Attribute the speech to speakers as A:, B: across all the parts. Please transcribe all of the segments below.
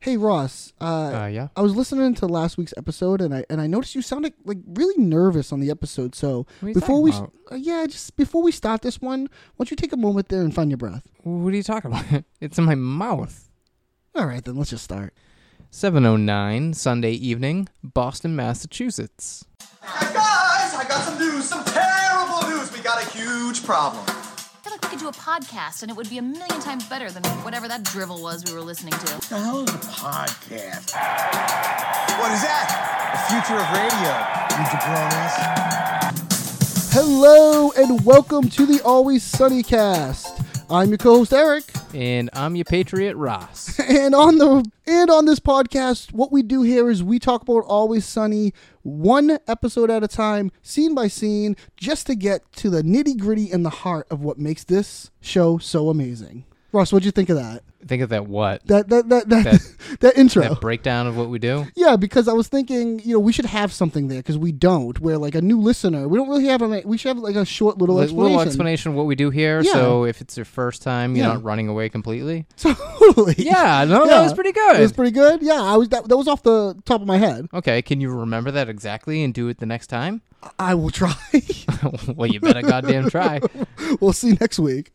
A: Hey Ross, uh,
B: Uh, yeah.
A: I was listening to last week's episode and I and I noticed you sounded like really nervous on the episode. So
B: What are you
A: before
B: talking
A: we,
B: about?
A: uh, yeah, just before we start this one, why don't you take a moment there and find your breath?
B: What are you talking about? It's in my mouth.
A: All right, then let's just start.
B: 709 Sunday evening, Boston, Massachusetts.
C: Guys, I got some news, some terrible news. We got a huge problem.
D: I feel like we could do a podcast and it would be a million times better than whatever that drivel was we were listening to.
C: The hell is a podcast? What is that? The future of radio, you jabronis.
A: Hello and welcome to the Always Sunny Cast. I'm your co-host Eric,
B: And I'm your patriot, Ross.
A: and on the and on this podcast, what we do here is we talk about Always Sunny one episode at a time, scene by scene, just to get to the nitty gritty and the heart of what makes this show so amazing. Ross, what'd you think of that?
B: Think of that what?
A: That that that that that,
B: That-
A: intro.
B: That breakdown of what we do?
A: Yeah, because I was thinking, you know, we should have something there because we don't. We're like a new listener. We don't really have a. We should have like a short little
B: Like,
A: explanation.
B: little explanation of what we do here.
A: Yeah.
B: So if it's your first time, you're
A: Yeah.
B: not running away completely.
A: Totally.
B: Yeah, no, that was pretty good.
A: It was pretty good. Yeah, I was. That, that was off the top of my head.
B: Okay, can you remember that exactly and do it the next time?
A: I will try.
B: well, you better goddamn try.
A: we'll see next week.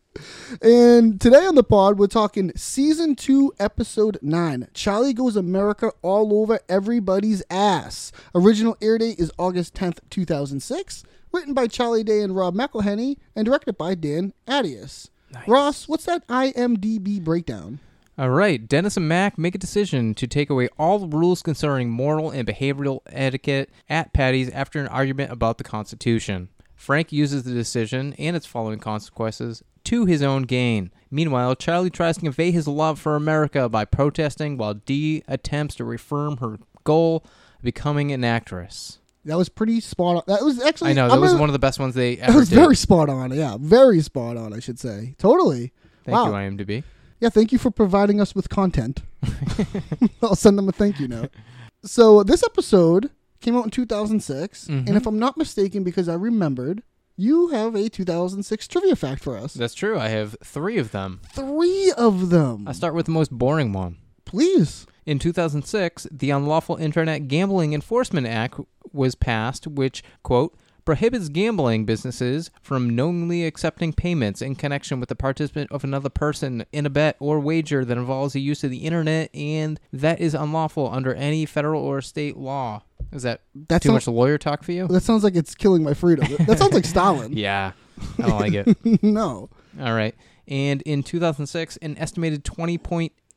A: And today on the pod, we're talking season two, episode nine. Charlie goes America all over everybody's ass. Original air date is August 10th, 2006. Written by Charlie Day and Rob McElhenney and directed by Dan Adius. Ross, what's that IMDb breakdown?
B: All right, Dennis and Mac make a decision to take away all the rules concerning moral and behavioral etiquette at Patty's after an argument about the Constitution. Frank uses the decision and its following consequences to his own gain. Meanwhile, Charlie tries to convey his love for America by protesting while Dee attempts to reaffirm her goal of becoming an actress.
A: That was pretty spot on. That was actually.
B: I know,
A: I'm
B: that was
A: gonna-
B: one of the best ones they ever
A: That was
B: did.
A: very spot on. Yeah, very spot on, I should say. Totally.
B: Thank
A: wow.
B: you, IMDb.
A: Yeah, thank you for providing us with content. I'll send them a thank you note. So this episode came out in 2006, and
B: Mm-hmm.
A: if I'm not mistaken, because I remembered, you have a 2006 trivia fact for us.
B: That's true. I have three of them.
A: Three of them,
B: I start with the most boring one.
A: please.
B: In 2006, the Unlawful Internet Gambling Enforcement Act was passed, which, quote, prohibits gambling businesses from knowingly accepting payments in connection with the participant of another person in a bet or wager that involves the use of the internet, and that is unlawful under any federal or state law. Is that
A: That
B: too
A: sounds-
B: much lawyer talk for you?
A: That sounds like it's killing my freedom. That sounds like Stalin.
B: Yeah, I don't like it.
A: no.
B: All right. And in 2006, an estimated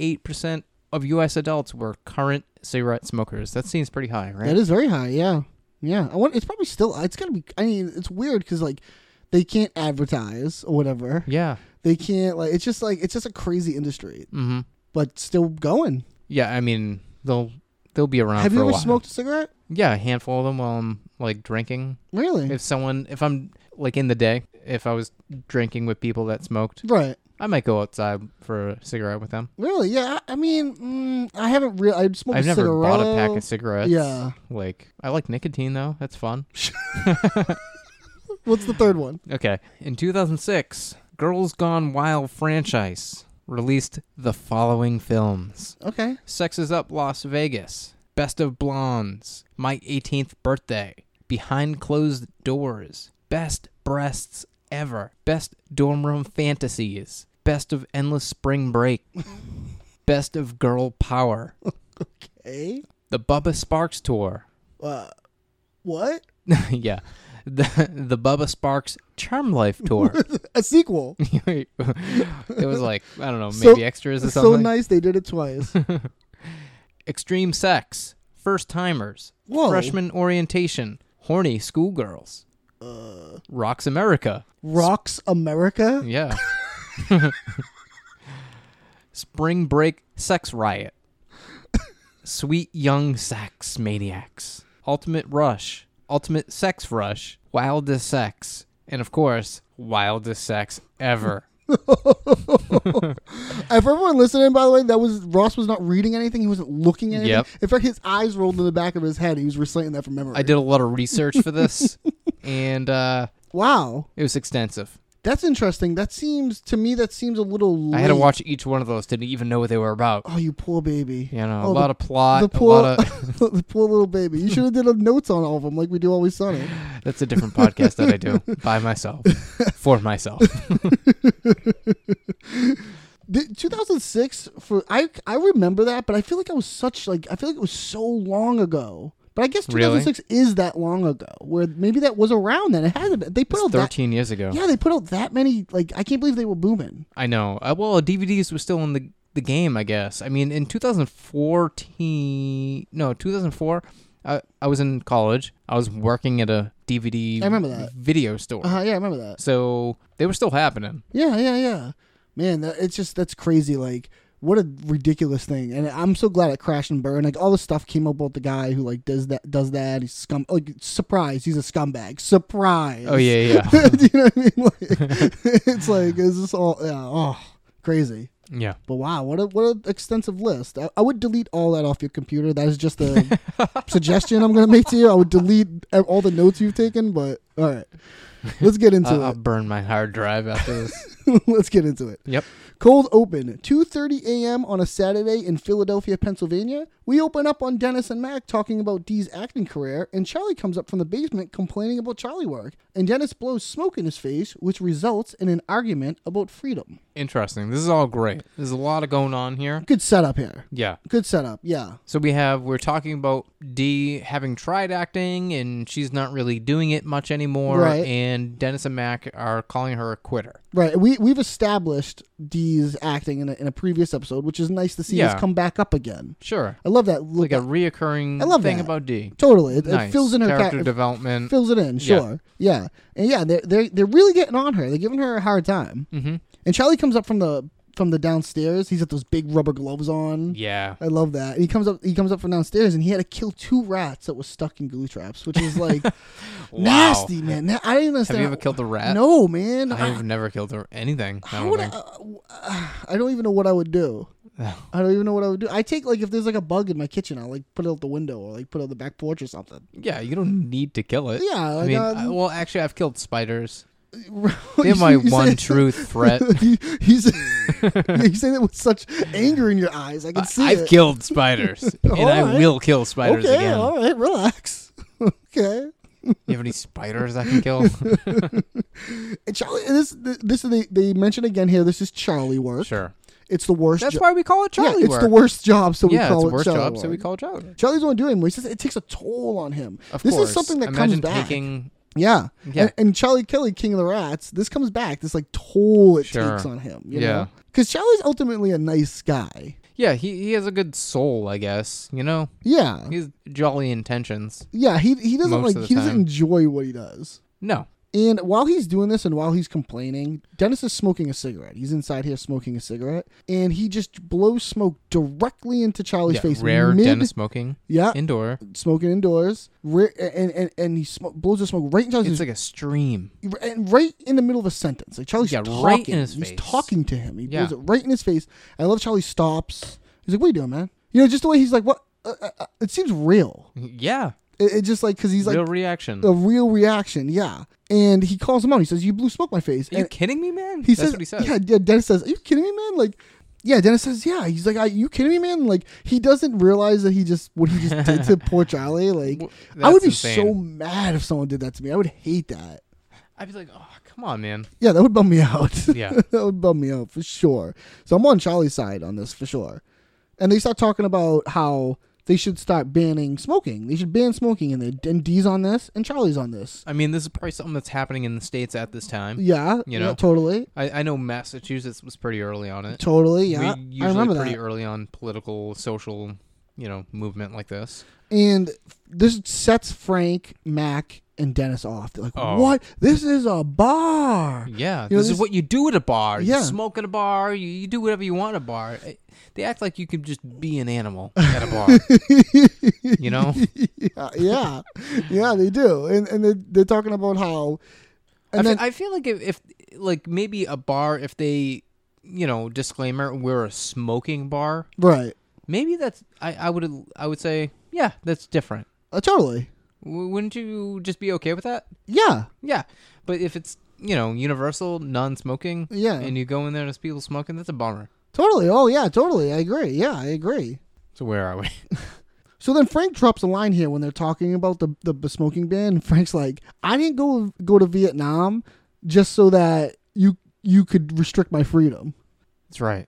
B: 20.8% of U.S. adults were current cigarette smokers. That seems pretty high, right?
A: That is very high. Yeah, yeah. I want. It's probably still. It's gotta be. I mean, it's weird because like they can't advertise or whatever.
B: Yeah.
A: They can't like. It's just like it's just a crazy industry,
B: Mm-hmm.
A: but still going.
B: Yeah. I mean, they'll they'll be around.
A: have
B: Uh, for
A: you
B: a
A: ever
B: while.
A: smoked a cigarette?
B: Yeah, a handful of them while I'm like drinking.
A: Really?
B: If someone, if I'm like in the day, if I was drinking with people that smoked,
A: right.
B: I might go outside for a cigarette with them.
A: Really? Yeah. I I mean, mm, I haven't really. I smoked
B: I've
A: a
B: never
A: cigarette.
B: bought a pack of cigarettes.
A: Yeah.
B: Like I like nicotine though. That's fun.
A: What's the third one?
B: Okay. In 2006, Girls Gone Wild franchise released the following films:
A: Okay.
B: Sex is Up Las Vegas, Best of Blondes, My 18th Birthday, Behind Closed Doors, Best Breasts Ever, Best Dorm Room Fantasies, Best of Endless Spring Break, Best of Girl Power,
A: A.
B: The Bubba Sparks Tour.
A: Uh, what?
B: yeah. The, the Bubba Sparks Charm Life Tour.
A: A sequel.
B: it was like, I don't know,
A: So-
B: maybe extras or
A: So
B: something.
A: nice they did it twice.
B: Extreme sex, first timers,
A: Whoa.
B: freshman orientation, horny schoolgirls,
A: Uh.
B: rocks America,
A: Rocks America.
B: yeah, spring break sex riot, sweet young sex maniacs, ultimate rush, ultimate sex rush, wildest sex, and of course, wildest sex ever.
A: If everyone listening, by the way, that was Ross was not reading anything. He wasn't looking at anything.
B: Yep.
A: In fact, his eyes rolled in the back of his head. He was reciting that from memory.
B: I did a lot of research for this, and uh,
A: Wow.
B: it was extensive.
A: That's interesting. That seems to me that seems a little.
B: I had to
A: late.
B: watch each one of those. Didn't even know what they were about.
A: Oh, you poor baby.
B: You know,
A: Oh,
B: a lot of plot.
A: the poor,
B: a lot of,
A: the poor little baby. You should have did a notes on all of them like we do always Sunny.
B: that's a different podcast that I do by myself for myself.
A: The, 2006 for I I remember that, but I feel like I was such like I feel like it was so long ago. But I guess
B: Really?
A: 2006 is that long ago. Where maybe that was around then. It had to be. They put
B: It's
A: out that,
B: Thirteen years ago.
A: Yeah, they put out that many like I can't believe they were booming.
B: I know. Uh, well, DVDs were still in the the game, I guess. I mean, in 2014, no, 2004, I, I was in college. I was working at a DVD
A: I remember that.
B: video store.
A: Uh, yeah, I remember that.
B: So they were still happening.
A: Yeah, yeah, yeah. Man, that, it's just that's crazy. Like, what a ridiculous thing. And I'm so glad it crashed and burned. Like all this stuff came up about the guy who like does that does that. He's scum. Like surprise, he's a scumbag. Surprise.
B: Oh yeah, yeah,
A: Do you know what I mean? Like, it's like is this all? Yeah. Oh, crazy.
B: yeah.
A: But wow, what a what an extensive list. I, I would delete all that off your computer. That is just a suggestion I'm going to make to you. I would delete e, all the notes you've taken. But all right, let's get into
B: I'll, I'll burn my hard drive after this.
A: it. let's get into it.
B: yep.
A: Cold open, 2:30 a.m. on a Saturday in Philadelphia, Pennsylvania. We open up on Dennis and Mac talking about Dee's acting career, and Charlie comes up from the basement complaining about Charlie work, and Dennis blows smoke in his face, which results in an argument about freedom.
B: Interesting. This is all great. There's a lot of going on here.
A: Good setup here.
B: Yeah.
A: Good setup. Yeah.
B: So we have we're talking about Dee having tried acting and she's not really doing it much anymore.
A: Right.
B: And Dennis and Mac are calling her a quitter.
A: Right. We we've established Dee's acting in a, in a previous episode, which is nice to see us
B: Yeah.
A: come back up again.
B: Sure.
A: I love that.
B: Like a reoccurring
A: I love
B: thing
A: that.
B: about Dee.
A: Totally, it,
B: Nice.
A: it fills in her ca-
B: character
A: it
B: development.
A: fills it in.
B: Yeah.
A: Sure. Yeah. And yeah, they're, they're they're really getting on her. They're giving her a hard time. Mm-hmm. And Charlie comes up from the from the downstairs. He's got those big rubber gloves on.
B: yeah.
A: I love that. And he comes up. He comes up from downstairs, and he had to kill two rats that were stuck in glue traps, which is like nasty, man. Na- I didn't
B: Have
A: understand.
B: you ever killed a rat?
A: No, man. I,
B: I've never killed her anything. I
A: how
B: don't
A: would
B: think.
A: I, uh, I don't even know what I would do. I don't even know what I would do. I take like if there's like a bug in my kitchen, I'll like put it out the window or like put it out the back porch or something.
B: yeah, you don't need to kill it.
A: Yeah,
B: I
A: like,
B: mean,
A: um,
B: I- well, actually, I've killed spiders.
A: You
B: They're
A: say-
B: my
A: you say-
B: one true threat.
A: you, you, say, you say that with such anger in your eyes. I can see
B: I've
A: it.
B: killed spiders, and I
A: Alright.
B: will kill spiders
A: Okay,
B: again.
A: all right, relax. okay.
B: You have any spiders I can kill?
A: And Charlie, and this this is they they mention again here. This is Charlie work.
B: sure.
A: It's the worst.
B: That's
A: jo-
B: why we call it Charlie
A: yeah, it's
B: work.
A: the worst job, so we
B: yeah,
A: call
B: it's
A: it
B: the worst
A: Charlie
B: job, so
A: work.
B: we call it Charlie. work.
A: Charlie's only doing anymore. He says it takes a toll on him.
B: Of
A: this
B: course.
A: is something that
B: Imagine
A: comes back.
B: taking
A: Yeah.
B: Yeah.
A: And, and Charlie Kelly, King of the Rats, this comes back. This like toll it
B: Sure.
A: takes on him. You
B: Yeah.
A: Because Charlie's ultimately a nice guy.
B: Yeah, he, he has a good soul, I guess. You know,
A: Yeah.
B: he has jolly intentions.
A: yeah. He he doesn't
B: Most
A: like
B: of the
A: he doesn't
B: time.
A: enjoy what he does.
B: No,
A: And while he's doing this and while he's complaining, Dennis is smoking a cigarette. He's inside here smoking a cigarette. And he just blows smoke directly into Charlie's
B: yeah,
A: face.
B: rare
A: mid-
B: Dennis smoking
A: Yeah.
B: indoor.
A: smoking indoors. Re- and, and, and he sm- blows the smoke right in Charlie's
B: It's like a stream.
A: and right in the middle of a sentence. Like Charlie's
B: Yeah,
A: talking.
B: right in his
A: he's
B: face.
A: talking to him. He
B: Yeah.
A: blows it right in his face. I love Charlie stops. He's like, "What are you doing, man?" You know, just the way he's like, "What?" Uh, uh, uh," it seems real.
B: Yeah,
A: It, it just like because he's like
B: real reaction.
A: a real reaction. Yeah, and he calls him out. He says, "You blew smoke in my face."
B: Are you
A: And
B: kidding me, man?
A: he
B: That's
A: says,
B: what he says.
A: "Yeah." yeah, Dennis says, "Are you kidding me, man?" Like. Yeah, Dennis says, "Yeah." He's like, "Are you kidding me, man?" Like he doesn't realize that he just what he just did to poor Charlie. Like,
B: Well,
A: I would
B: that's
A: be so
B: insane.
A: mad if someone did that to me. I would hate that.
B: I'd be like, oh, come on, man.
A: Yeah, that would bum me out.
B: Yeah.
A: that would bum me out for sure. So I'm on Charlie's side on this for sure. And they start talking about how they should start banning smoking. They should ban smoking, and they and D's on this, and Charlie's on this.
B: I mean, this is probably something that's happening in the states at this time.
A: Yeah,
B: You
A: yeah,
B: know?
A: totally,
B: I, I know Massachusetts was pretty early on it.
A: totally. Yeah,
B: we
A: I
B: usually
A: remember
B: pretty
A: that.
B: early on political, social, you know, movement like this.
A: And this sets Frank, Mac, and Dennis off. They're like,
B: Oh.
A: "What? This is a bar."
B: Yeah,
A: You know,
B: this is
A: this-
B: what you do at a bar.
A: Yeah.
B: You smoke at a bar. You, you do whatever you want at a bar. Eh, They act like you can just be an animal at a bar. you know,
A: yeah, yeah, yeah. They do, and and they're, they're talking about how,
B: I,
A: and
B: fe-
A: then
B: I feel like if, if like maybe a bar, if they, you know, disclaimer, we're a smoking bar.
A: right,
B: Maybe that's I, I would I would say yeah, that's different.
A: uh, totally,
B: W- wouldn't you just be okay with that?
A: yeah.
B: Yeah, but if it's you know, universal non-smoking.
A: Yeah.
B: And you go in there and there's people smoking. That's a bummer.
A: Totally. Oh yeah, totally. I agree. Yeah, I agree.
B: So where are we?
A: So then Frank drops a line here when they're talking about the the smoking ban. And Frank's like, "I didn't go go to Vietnam just so that you you could restrict my freedom."
B: That's right.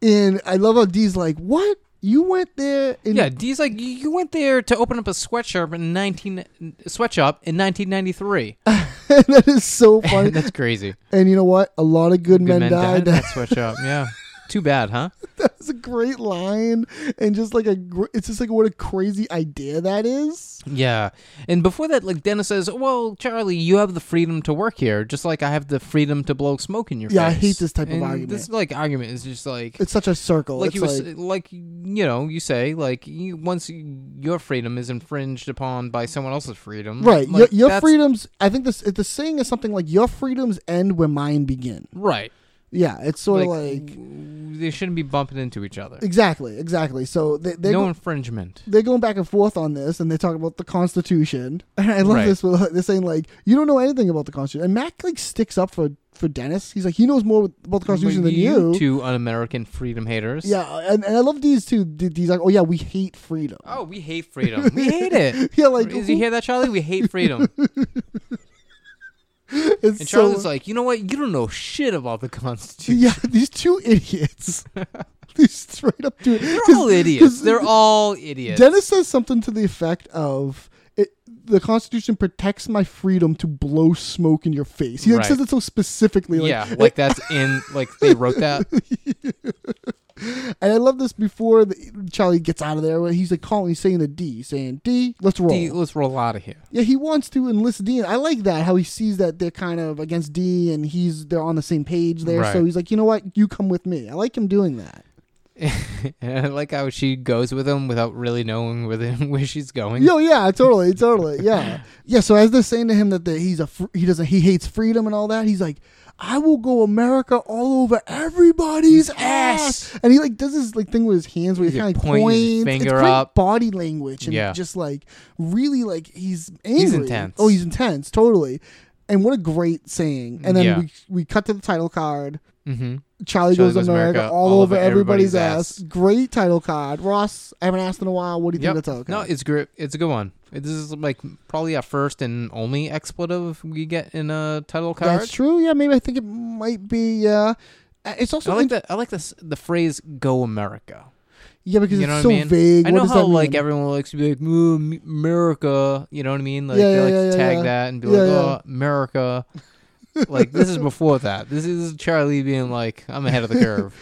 A: And I love how D's like, "What? You went there?" And
B: Yeah, D's like "You- you went there to open up a sweatshop in nineteen sweatshop in nineteen ninety three.
A: that is so funny.
B: That's crazy.
A: and you know what? A lot of good, men,
B: Good men
A: died.
B: died in that sweatshop. Yeah, too bad, huh?
A: That's a great line, and just like a, gr- it's just like what a crazy idea that is.
B: Yeah, and before that, like Dennis says, "Well, Charlie, you have the freedom to work here, just like I have the freedom to blow smoke in your
A: Yeah, I
B: face."
A: hate this type of
B: And
A: argument.
B: This like argument is just like
A: It's such a circle.
B: like
A: it's
B: you
A: like,
B: was, like you know you say like you, once you, your freedom is infringed upon by someone else's freedom,
A: Right.
B: Like,
A: your your
B: that's-
A: freedoms. I think this the saying is something like your freedoms end where mine begin.
B: right?
A: Yeah, it's sort
B: Like,
A: of like
B: w- they shouldn't be bumping into each other.
A: exactly, exactly. So they they
B: no
A: go,
B: infringement.
A: they're going back and forth on this, and they talk about the Constitution. And I love
B: Right.
A: this. with- They're saying like you don't know anything about the Constitution, and Mac like sticks up for for Dennis. He's like he knows more about the Constitution than you.
B: two un-American freedom haters.
A: Yeah, and, and I love these too. D- D's like, oh yeah, we hate freedom.
B: Oh, we hate freedom. We hate it.
A: Yeah, like,
B: Did you
A: who-
B: hear that, Charlie? We hate freedom.
A: It's
B: And
A: so-
B: Charlie's like, you know what? You don't know shit about the Constitution.
A: yeah, these two idiots. these straight up two.
B: They're all idiots. They're all idiots.
A: Dennis says something to the effect of it, the Constitution protects my freedom to blow smoke in your face. He like,
B: Right.
A: says it so specifically. Like,
B: yeah, like that's in like they wrote that.
A: and I love this before the, Charlie gets out of there. Where he's like calling, he's saying the D, saying D, let's roll.
B: D, let's roll out of here.
A: yeah, he wants to enlist D, and I like that how he sees that they're kind of against D, and he's they're on the same page there. So
B: Right.
A: he's like, you know what, you come with me. I like him doing that.
B: and I like how she goes with him without really knowing where the, where she's going.
A: Yo, yeah, totally, totally, yeah, yeah. So as they're saying to him that the, he's a fr- he doesn't he hates freedom and all that, he's like, I will go America all over everybody's ass, and he like does this like thing with his hands where he
B: Yeah,
A: kind of
B: points
A: points,
B: his
A: it's
B: finger
A: great
B: up.
A: body language, and
B: Yeah.
A: just like really like he's angry.
B: intense.
A: Oh, he's intense, totally. And what a great saying. And then
B: Yeah.
A: we we cut to the title card.
B: Mm-hmm.
A: Charlie,
B: Charlie
A: goes, to America, all, over everybody's, ass. Great title card, Ross. I haven't asked in a while. What do you think of the title
B: No,
A: card?
B: it's great. It's a good one. This is like probably our first and only expletive we get in a title card.
A: That's true. Yeah, maybe I think it might be. Uh, it's also
B: I like
A: in-
B: that. I like this. The phrase "Go America."
A: yeah because
B: You
A: it's
B: know what
A: so
B: I mean?
A: vague.
B: I
A: What
B: know
A: does
B: how
A: that
B: like
A: mean?
B: everyone likes to be like "Ooh, M- America. You know what I mean? Like
A: Yeah, yeah,
B: they like
A: yeah,
B: to
A: yeah,
B: tag
A: yeah.
B: that and be
A: Yeah,
B: like,
A: yeah.
B: "Oh, America." like this is before that. This is Charlie being like, "I'm ahead of the curve."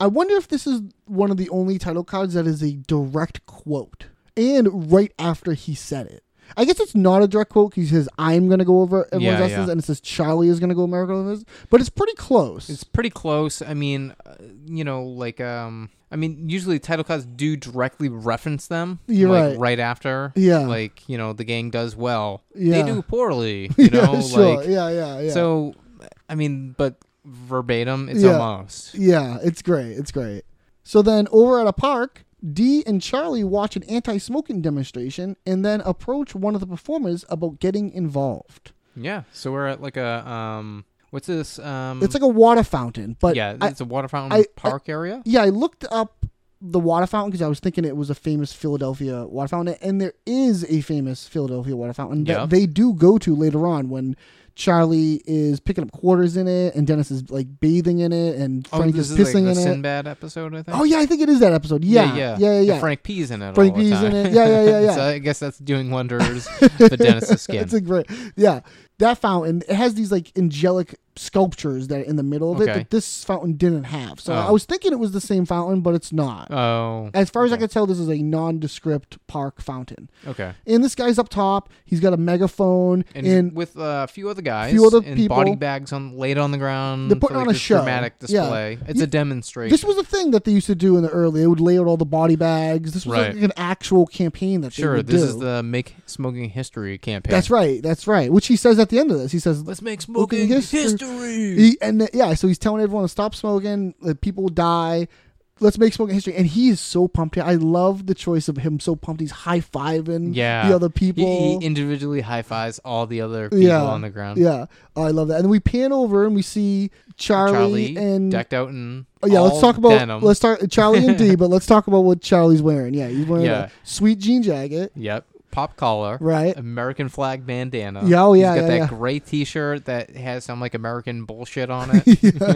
A: I wonder if this is one of the only title cards that is a direct quote and right after he said it. I guess it's not a direct quote. 'cause He says, "I'm going to go over everyone's
B: Yeah,
A: asses,"
B: yeah.
A: and it says Charlie is going to go America over this, but it's pretty close.
B: It's pretty close. I mean, uh, you know, like um, I mean, usually title cards do directly reference them.
A: You're
B: like,
A: right.
B: after.
A: Yeah.
B: Like you know, the gang does well.
A: Yeah.
B: They do poorly. You
A: yeah,
B: know,
A: sure.
B: like
A: yeah, yeah, yeah.
B: so. I mean, but verbatim, it's
A: Yeah.
B: almost.
A: Yeah, it's great. It's great. So then over at a park, Dee and Charlie watch an anti smoking demonstration and then approach one of the performers about getting involved.
B: Yeah. So we're at like a um what's this um
A: It's like a water fountain, but
B: yeah,
A: I,
B: it's a water fountain
A: I- I-
B: park area.
A: yeah, I looked up the water fountain because I was thinking it was a famous Philadelphia water fountain, and there is a famous Philadelphia water fountain that
B: Yeah.
A: they do go to later on when Charlie is picking up quarters in it, and Dennis is like bathing in it, and Frank
B: Oh, this
A: is pissing
B: like the
A: in it.
B: Sinbad episode, I think.
A: Oh yeah, I think it is that episode. Yeah, yeah, yeah, yeah.
B: And Frank P's in it.
A: Frank
B: all the
A: P's in
B: time.
A: it. Yeah, yeah, yeah, yeah.
B: so I guess that's doing wonders for Dennis's skin.
A: It's a great, yeah. That fountain it has these like angelic sculptures that are in the middle of it
B: Okay.
A: that this fountain didn't have. So
B: Oh.
A: I was thinking it was the same fountain, but it's not.
B: oh,
A: as far as I could tell, this is a nondescript park fountain.
B: okay.
A: And this guy's up top. He's got a megaphone,
B: And,
A: and,
B: with uh, a few other guys,
A: few other
B: and body
A: people.
B: bags on laid on the ground.
A: They're putting
B: for, like,
A: on a
B: this
A: show.
B: Dramatic
A: Yeah.
B: display. It's
A: You-
B: a demonstration.
A: this was a thing that they used to do in the early. They would lay out all the body bags. This was
B: Right.
A: like an actual campaign that they
B: sure.
A: would
B: This
A: do.
B: is the make smoking history campaign.
A: That's right. That's right. Which he says at the end of this. He says,
B: Let's make
A: Look at
B: smoking
A: history.
B: history.
A: He, and uh, yeah, so he's telling everyone to stop smoking. That people die. let's make smoking history. And he is so pumped. I love the choice of him so pumped. He's high fiving
B: Yeah.
A: the other
B: He- He,
A: people.
B: individually high fives all the other people on the ground.
A: Yeah, Oh, I love that. And then we pan over and we see Charlie,
B: Charlie
A: and
B: decked out in
A: Oh, yeah, let's
B: all
A: talk about
B: denim.
A: let's start Charlie and D, but let's talk about what Charlie's wearing. Yeah, he's wearing
B: Yeah.
A: a sweet jean jacket.
B: Yep. Pop collar.
A: Right.
B: American flag bandana.
A: Yeah, oh, yeah,
B: He's got
A: yeah,
B: that
A: yeah.
B: gray t shirt that has some like American bullshit on it. you know?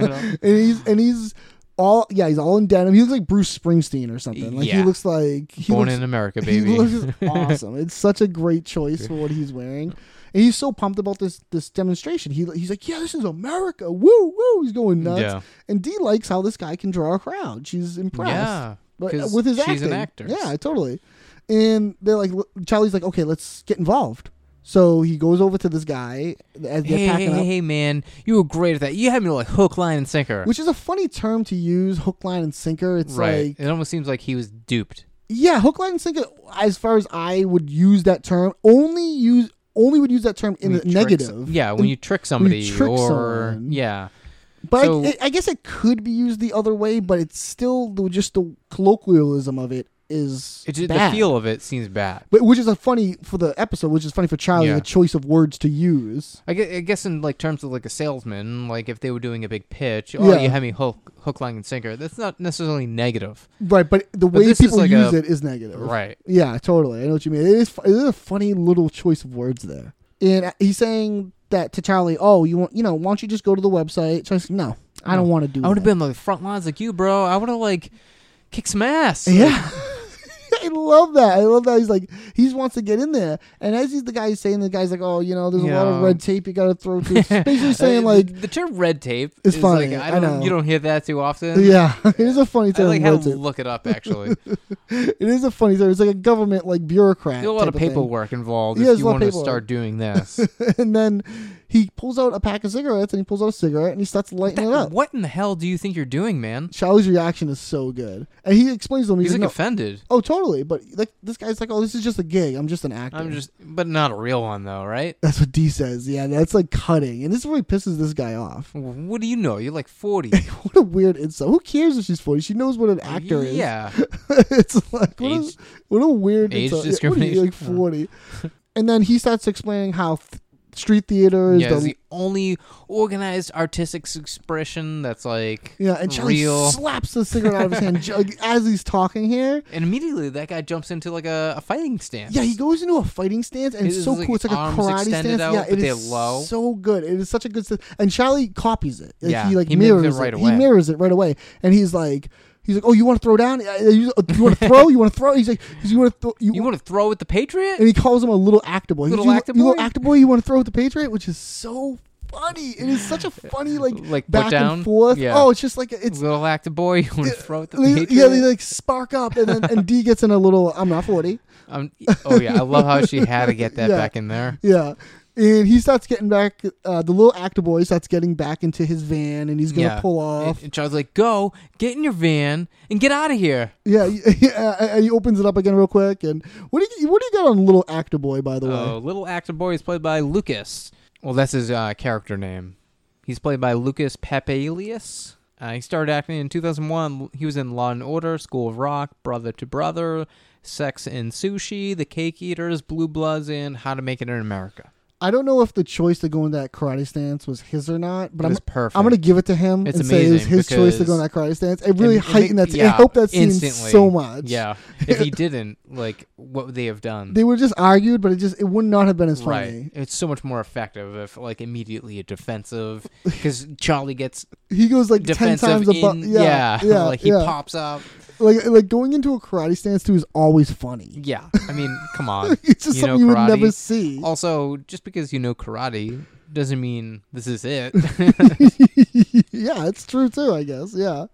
A: and he's and he's all yeah, he's all in denim. He looks like Bruce Springsteen or something. Like he
B: Yeah.
A: looks like he
B: Born
A: looks,
B: in America,
A: He
B: baby.
A: looks awesome. It's such a great choice for what he's wearing. And he's so pumped about this this demonstration. He he's like, yeah, this is America. Woo woo. He's going nuts.
B: Yeah.
A: And D likes how this guy can draw a crowd. She's impressed.
B: Yeah,
A: but uh,
B: 'cause
A: with his
B: she's
A: acting.
B: an actress.
A: Yeah, totally. And they're like, Charlie's like, okay, let's get involved. So he goes over to this guy as they're
B: Hey, hey,
A: packing up.
B: hey, hey, man. You were great at that. You had me like hook, line, and sinker.
A: Which is a funny term to use, hook, line, and sinker. It's
B: right.
A: like
B: it almost seems like he was duped.
A: Yeah, hook, line, and sinker. As far as I would use that term, only use only would use that term in
B: When
A: the
B: you trick
A: negative.
B: some- yeah, when you trick somebody
A: trick
B: or
A: someone.
B: yeah.
A: but
B: so-
A: I, I guess it could be used the other way. But it's still the, just the colloquialism of it is
B: It just, the
A: bad.
B: feel of it seems bad.
A: But which is a funny for the episode, which is funny for Charlie,
B: Yeah.
A: the choice of words to use.
B: I guess, I guess in like terms of like a salesman, like if they were doing a big pitch, oh,
A: Yeah.
B: you had me hook, hook, line, and sinker. That's not necessarily negative.
A: Right, but the way
B: this is
A: people
B: like
A: use
B: a-
A: it is negative.
B: Right.
A: Yeah, totally. I know what you mean. It is, it is a funny little choice of words there. And uh, he's saying that to Charlie, oh, you want, you know, why don't you just go to the website? Charlie's like, no, I don't want to do
B: I would
A: that.
B: have been on the front lines like you, bro. I would have like kicked some ass.
A: Yeah. I love that. I love that. He's like, he wants to get in there. And as he's the guy he's saying, the guy's like, oh, you know, there's a lot of
B: Yeah.
A: red tape you got to throw through. It's basically
B: Uh,
A: saying, like,
B: the term red tape
A: It's
B: is
A: funny,
B: Like, I
A: I
B: don't,
A: know.
B: You don't hear that too often.
A: yeah, it is a funny
B: I
A: term.
B: like had
A: red
B: to
A: tape.
B: look it up actually.
A: It is a funny term. It's like a government, like, bureaucrat.
B: There's a lot
A: type
B: of
A: thing.
B: paperwork involved
A: Yeah,
B: if
A: there's
B: you
A: a lot of
B: want to
A: paperwork.
B: start doing this.
A: and then he pulls out a pack of cigarettes and he pulls out a cigarette and he starts lighting it up.
B: what in the hell do you think you're doing, man?
A: Charlie's reaction is so good, and he explains to him. He's,
B: He's like
A: like, "No."
B: offended.
A: "Oh, totally," but like this guy's like, "Oh, this is just a gig. I'm just an actor."
B: I'm just, but not a real one though, right?
A: That's what D says. Yeah, that's like cutting, and this really pisses this guy off.
B: What do you know? You're like 40.
A: What a weird insult. Who cares if she's forty? She knows what an actor is.
B: yeah.
A: it's like what, a,
B: Age-
A: what a weird
B: age
A: insult. Yeah, what are you,
B: discrimination.
A: like forty, and then he starts explaining how th- street theater is
B: yeah,
A: the
B: it's the only organized artistic expression that's like
A: yeah, and Charlie
B: real.
A: slaps the cigarette out of his hand ju- like, as he's talking here.
B: and immediately that guy jumps into like a, a fighting stance.
A: Yeah, he goes into a fighting stance, and it's
B: His,
A: so
B: like,
A: cool. It's like a
B: arms
A: karate
B: extended
A: stance.
B: out,
A: yeah,
B: but
A: it
B: they're
A: is
B: low.
A: so good. It is such a good. st- And Charlie copies it. Like,
B: Yeah,
A: he like
B: he mimics it
A: mirrors
B: right
A: He
B: away.
A: mirrors it right away, and he's like, he's like, oh, you want to throw down? Uh, You, want to throw? You want to throw? He's like, you want to throw?
B: You want to throw at the Patriot?
A: And he calls him a little actor boy. He's
B: Little
A: you,
B: actor
A: you
B: boy?"
A: little actor boy. You want to throw at the Patriot, which is so funny. It is such a funny like
B: Like, put
A: back
B: down?
A: and forth.
B: Yeah.
A: Oh, it's just like it's
B: Little actor boy, you want to throw at the
A: they-
B: Patriot?
A: yeah. They like spark up, and then and D gets in a little. I'm not forty.
B: Um, oh yeah, I love how she had to get that
A: Yeah.
B: back in there.
A: Yeah. And he starts getting back, uh, the little actor boy starts getting back into his van and he's going to
B: yeah,
A: pull off.
B: And, and Charles like, go get in your van and get out of here.
A: yeah. yeah. And he opens it up again real quick. And what do you, what do you got on little actor boy, by the
B: Oh,
A: way?
B: little actor boy is played by Lucas. Well, that's his uh, character name. He's played by Lucas Papalius. Uh, he started acting in 2001. He was in Law and Order, School of Rock, Brother to Brother, Sex and Sushi, The Cake Eaters, Blue Bloods, and How to Make It in America.
A: I don't know if the choice to go in that karate stance was his or not, but I'm,
B: was perfect.
A: I'm going to give it to him
B: It's
A: and say it was
B: amazing
A: his choice to go in that
B: because-
A: karate stance. It really
B: And- and
A: heightened
B: they-
A: that scene. I hope that scene
B: instantly.
A: so much.
B: Yeah. If he didn't, like, what would they have done?
A: They would just argued, but it just, it would not have been as funny.
B: Right. It's so much more effective if, like, immediately defensive, because Charlie gets
A: He goes like 10
B: defensive.
A: times above.
B: in,
A: yeah. Yeah.
B: like he
A: yeah.
B: pops up.
A: Like, like going into a karate stance too is always funny.
B: Yeah, I mean, come on.
A: It's just something you would never see.
B: Oh. Also, just because you know karate doesn't mean this is it.
A: yeah, it's true too, I guess. Yeah.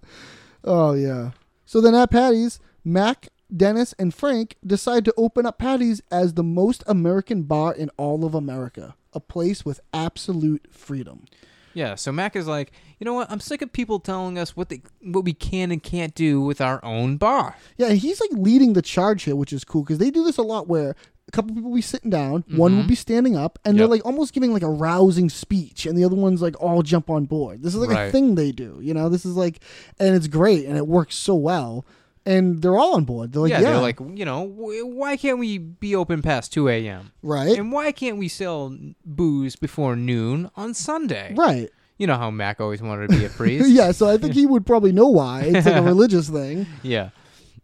A: Oh yeah. So then at Patty's, Mac, Dennis, and Frank decide to open up Patty's as the most American bar in all of America. A place with absolute freedom.
B: yeah. So Mac is like, you know what? I'm sick of people telling us what they what we can and can't do with our own bar.
A: Yeah, and he's like leading the charge here, which is cool because they do this a lot where couple people will be sitting down, one will be standing up, and they're
B: Mm-hmm.
A: like
B: Yep.
A: almost giving like a rousing speech, and the other one's like all jump on board. This is like a
B: Right.
A: thing they do, you know. This is like, and it's great, and it works so well, and they're all on board. They're like,
B: yeah,
A: yeah,
B: they're like, you know, "Wh- why can't we be open past 2 a.m.?
A: right,
B: And why can't we sell booze before noon on Sunday?
A: right.
B: You know how Mac always wanted to be a priest.
A: Yeah, so I think he would probably know why. It's like a religious thing.
B: Yeah.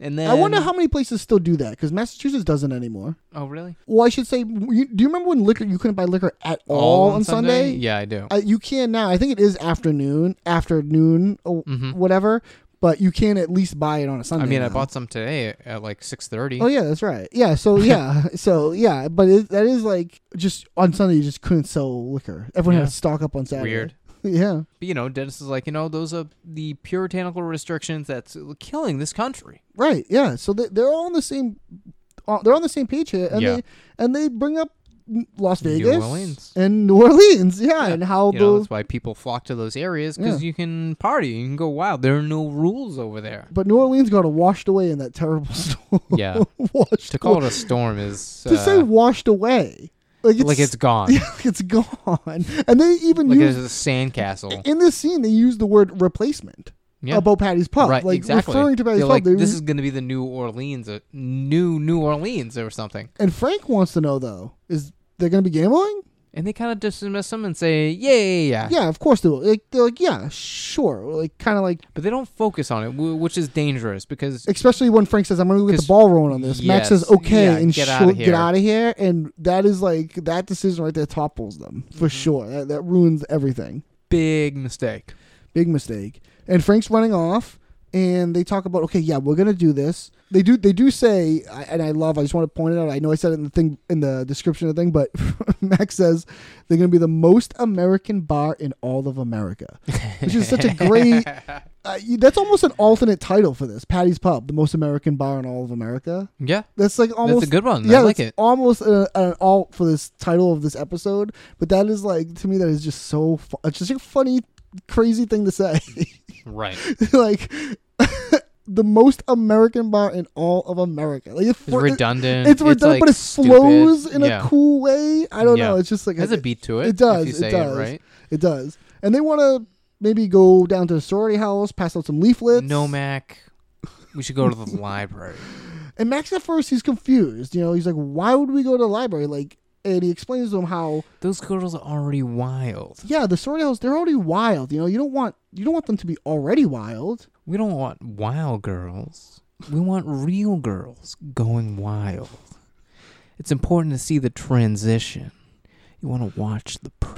B: And then
A: I wonder how many places still do that because Massachusetts doesn't anymore.
B: Oh, really?
A: Well, I should say, you, do you remember when liquor you couldn't buy liquor at all, on Sunday?
B: Yeah, I do.
A: I, you can now. I think it is afternoon, afternoon, or whatever. But you can at least buy it on a Sunday.
B: Mm-hmm. I mean, I
A: now.
B: bought some today at like 6:30.
A: Oh yeah, that's right. Yeah, so yeah, so yeah, but it, that is like just on Sunday you just couldn't sell liquor. Everyone had
B: Yeah.
A: to stock up on Saturday.
B: Weird.
A: yeah.
B: But you know, Dennis is like, you know, those are the puritanical restrictions that's killing this country.
A: Right. Yeah. So they, they're all on the same. uh, They're on the same page here, and
B: Yeah.
A: they and they bring up Las Vegas
B: Orleans.
A: and New Orleans. Yeah, and how
B: You know,
A: those.
B: that's why people flock to those areas because
A: Yeah.
B: you can party, you can go wild. There are no rules over there.
A: But New Orleans got washed away in that terrible storm.
B: Yeah.
A: washed
B: To call
A: away.
B: it a storm is
A: to say
B: uh,
A: washed away, like it's,
B: like it's gone,
A: yeah, like it's gone. And they even
B: like it's
A: use
B: a sandcastle.
A: in this scene they use the word replacement
B: Yeah.
A: about Patty's pub,
B: right,
A: like
B: exactly.
A: referring to Patty's
B: They're
A: pub.
B: like,
A: they
B: this
A: use-
B: is going to be the New Orleans, uh, new New Orleans or something.
A: and Frank wants to know though, is they're going to be gambling?
B: And they kind of dismiss them and say, yeah, yeah, yeah.
A: Yeah, of course they will. Like they're like, yeah, sure. Like kind of like,
B: But they don't focus on it, w- which is dangerous because
A: especially when Frank says, "I'm going to get the
B: 'Cause-
A: ball rolling on this." Max says,
B: yes,
A: "Okay,"
B: yeah,
A: and
B: get
A: sure,
B: outta
A: get
B: here.
A: out of here. And that is like that decision right there topples them for
B: Mm-hmm.
A: sure. That, that ruins everything.
B: big mistake.
A: big mistake. And Frank's running off, and they talk about okay, yeah, we're gonna do this. They do they do say, I- and I love. I just want to point it out. I know I said it in the thing in the description of the thing, but Max says they're gonna be the most American bar in all of America, which is such a great. Uh, you- that's almost an alternate title for this. Patty's Pub, the most American bar in all of America.
B: Yeah.
A: That's like almost
B: good one. I
A: Yeah,
B: like
A: that's
B: it.
A: Almost a, an alt for this title of this episode, but that is like to me that is just so. Fu- it's just a funny, crazy thing to say.
B: Right.
A: like the most American bar in all of America. Like it
B: It's
A: flo- it-
B: redundant.
A: It's redundant,
B: like,
A: but it
B: stupid.
A: flows in
B: Yeah.
A: a cool way. I don't know.
B: Yeah.
A: It's just like
B: It has a beat to it,
A: It does.
B: if you say
A: it
B: it
A: does.
B: right.
A: It does. And they want to maybe go down to the sorority house, pass out some leaflets.
B: No, Mac. We should go to the library.
A: And Max at first he's confused. You know, he's like, "Why would we go to the library?" Like, and he explains to him how
B: Those girls are already wild.
A: yeah, the sorority house they're already wild. You know, you don't want you don't want them to be already wild.
B: We don't want wild girls. We want real girls going wild. It's important to see the transition. You want to watch the process.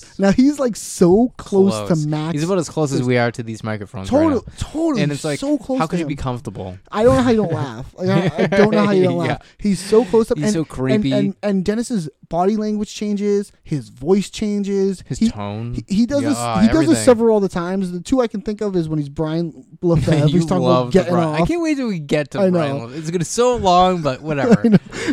A: Process. Now he's like so close, to Max.
B: He's about as close as we are to these microphones.
A: Totally,
B: right now.
A: totally.
B: And it's like,
A: so close.
B: how
A: to
B: could you
A: him.
B: be comfortable?
A: I don't know how you don't laugh. Like, I, I don't know how you don't laugh.
B: Yeah.
A: He's so close up.
B: He's
A: and,
B: so creepy.
A: And, and, and Dennis's body language changes. His voice changes.
B: His tone.
A: He, he does this.
B: Mm-hmm. Yeah, ah,
A: He does this
B: everything.
A: several other times. The two I can think of is when he's Brian Lefebvre.
B: you
A: he's talking
B: love
A: about
B: the
A: getting
B: Brian.
A: off.
B: I can't wait till we get to
A: I know.
B: I Brian. It's gonna be so long, but whatever.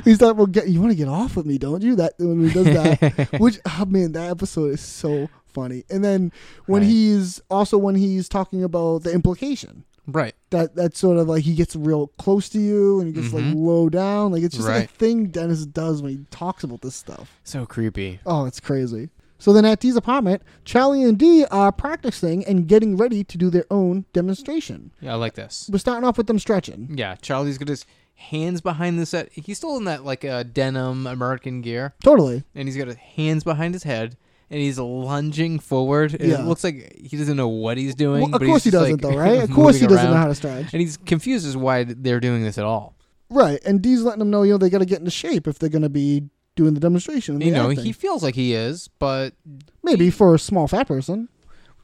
A: He's like, well, get, you want to get off with me, don't you? That when he does that, which oh man, that episode is so funny. And then when
B: Right.
A: he's also when he's talking about the implication
B: Right.
A: that that sort of like he gets real close to you and he gets like low down, like it's just like
B: Mm-hmm. Right.
A: a thing Dennis does when he talks about this stuff.
B: So creepy.
A: Oh, it's crazy. So then at Dee's apartment, Charlie and Dee are practicing and getting ready to do their own demonstration.
B: Yeah, I like this.
A: We're starting off with them stretching.
B: Yeah, Charlie's got his hands behind the set. He's still in that like uh, denim American gear,
A: Totally.
B: and he's got his hands behind his head, and he's lunging forward. And
A: Yeah.
B: It looks like he doesn't know what he's doing.
A: Well, of
B: but he's
A: course he
B: just,
A: doesn't,
B: like,
A: though, right? Of course he
B: moving
A: doesn't know
B: around.
A: how to stretch.
B: And he's confused as why they're doing this at all.
A: Right, and D's letting them know, you know, they got to get into shape if they're going to be doing the demonstration. and
B: You
A: the
B: know,
A: acting.
B: he feels like he is, but
A: maybe for a small fat person,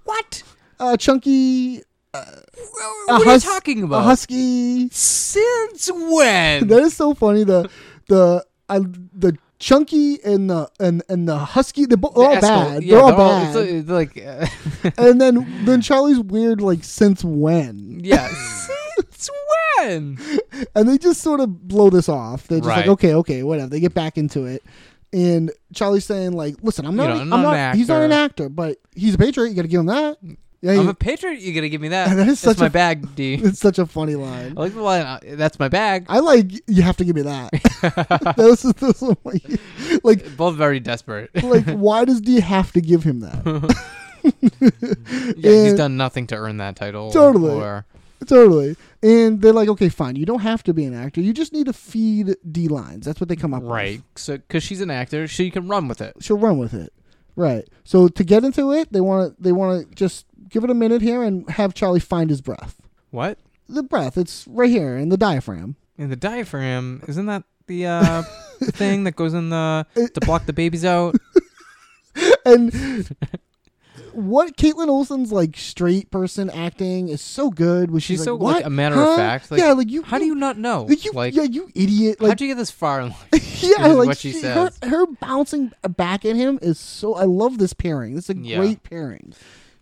B: what?
A: a chunky, a
B: What are you
A: hus-
B: talking
A: a
B: about?
A: husky.
B: Since when?
A: That is so funny. The the I, the chunky and the and and the husky. They're, bo- all
B: Escalade-
A: bad.
B: yeah,
A: they're all
B: it's
A: bad.
B: a- it's like, uh,
A: and then then Charlie's weird. Like since when?
B: yeah. Since when?
A: And they just sort of blow this off. They're just like,
B: Right.
A: okay, okay, whatever. They get back into it. And Charlie's saying, like, listen, I'm
B: You
A: not,
B: know,
A: a-
B: I'm
A: I'm
B: not an Mm,
A: not, he's not an actor, but he's a patriot. You got to give him that. Yeah,
B: I'm
A: you-
B: a patriot. You gotta give me that.
A: That is
B: That's
A: such
B: my
A: a-
B: bag, D.
A: it's such a funny line.
B: I like the line. uh, That's my bag.
A: I like you have to give me that. those, are- those are like, like
B: Both very desperate. yeah,
A: like why does D have to give him that?
B: he's
A: And-
B: done nothing to earn that title.
A: Totally.
B: Or,
A: totally. And they're like, okay, fine. You don't have to be an actor. You just need to feed D lines. That's what they come up
B: right.
A: with.
B: So, because she's an actor, she can run with it.
A: She'll run with it. Right. So to get into it, they want to they want to just give it a minute here and have Charlie find his breath.
B: What?
A: The breath. It's right here in the diaphragm.
B: And the diaphragm, isn't that the uh, thing that goes in the to block the babies out?
A: and what Caitlin Olsen's like straight person acting is so good. Was
B: She's
A: she's
B: so
A: like, what?
B: like a matter of
A: Huh?
B: fact. Like,
A: yeah, like you.
B: How do you not know?
A: Like you,
B: like,
A: yeah, you idiot. Like
B: how'd you get this far? in life?
A: yeah,
B: is
A: like
B: what she
A: her,
B: says.
A: her bouncing back at him is so. I love this pairing. This is a
B: Yeah.
A: great pairing.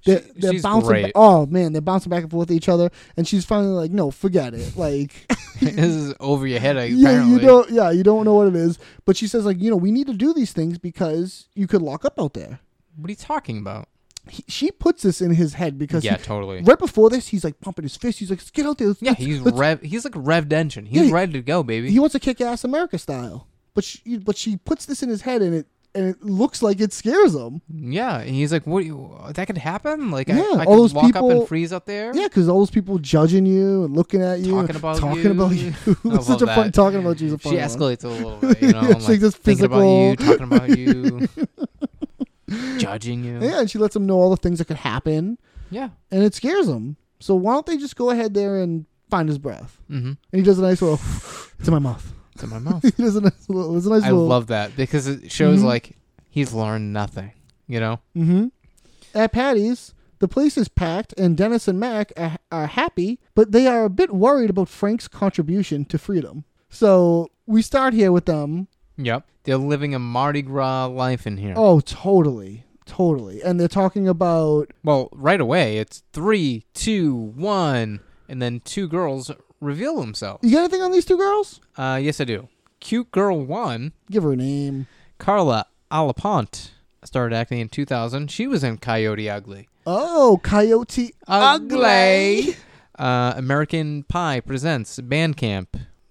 A: They're,
B: She-
A: they're
B: she's
A: bouncing.
B: great.
A: Ba- oh man, they're bouncing back and forth with each other, and she's finally like, "No, forget it." Like,
B: this is over your head. Apparently.
A: yeah, you don't. Yeah, you don't know what it is. But she says, like, you know, we need to do these things because you could lock up out there.
B: What are you talking about?
A: he, she puts this in his head because
B: Yeah,
A: he-
B: totally.
A: Right before this, he's like pumping his fist. He's like, "Let's "Get out there!" let's-
B: Yeah,
A: let's-
B: he's
A: let's-"
B: rev. He's like revved engine. He's
A: Yeah, he-
B: ready to go, baby.
A: he wants to kick ass America style. But she, but she puts this in his head, and it and it looks like it scares him.
B: yeah, and he's like, "What? You, that could happen? Like,
A: Yeah,
B: I, I
A: all
B: could
A: those
B: walk up
A: people-
B: and freeze out there."
A: Yeah, because all those people judging you and looking at you,
B: Talking about
A: talking
B: you.
A: about you. It's
B: I
A: such
B: love
A: a fun
B: that.
A: talking about you. Is a fun
B: she
A: one.
B: escalates a little bit. You know,
A: Yeah,
B: I'm
A: she's
B: like
A: just
B: thinking about you,
A: physical.
B: talking about you, judging you.
A: Yeah, and she lets him know all the things that could happen,
B: yeah.
A: and it scares him. So why don't they just go ahead there and find his breath?
B: Mhm.
A: And he does a nice little. It's in my mouth.
B: It's in my mouth.
A: He does a nice little. It's a nice
B: I
A: little.
B: love that because it shows like he's learned nothing. You know,
A: At Patty's, the place is packed, and Dennis and Mac are, are happy, but they are a bit worried about Frank's contribution to freedom. So we start here with them.
B: Yep. They're living a Mardi Gras life in here.
A: Oh, totally. Totally. And they're talking about,
B: Well, right away, it's three, two, one, and then two girls reveal themselves.
A: you got anything on these two girls?
B: Uh, yes, I do. Cute girl one,
A: Give her a name.
B: Carla Alapont, started acting in 2000. She was in Coyote Ugly.
A: Oh, Coyote Ugly.
B: Uh, American Pie presents Bandcamp,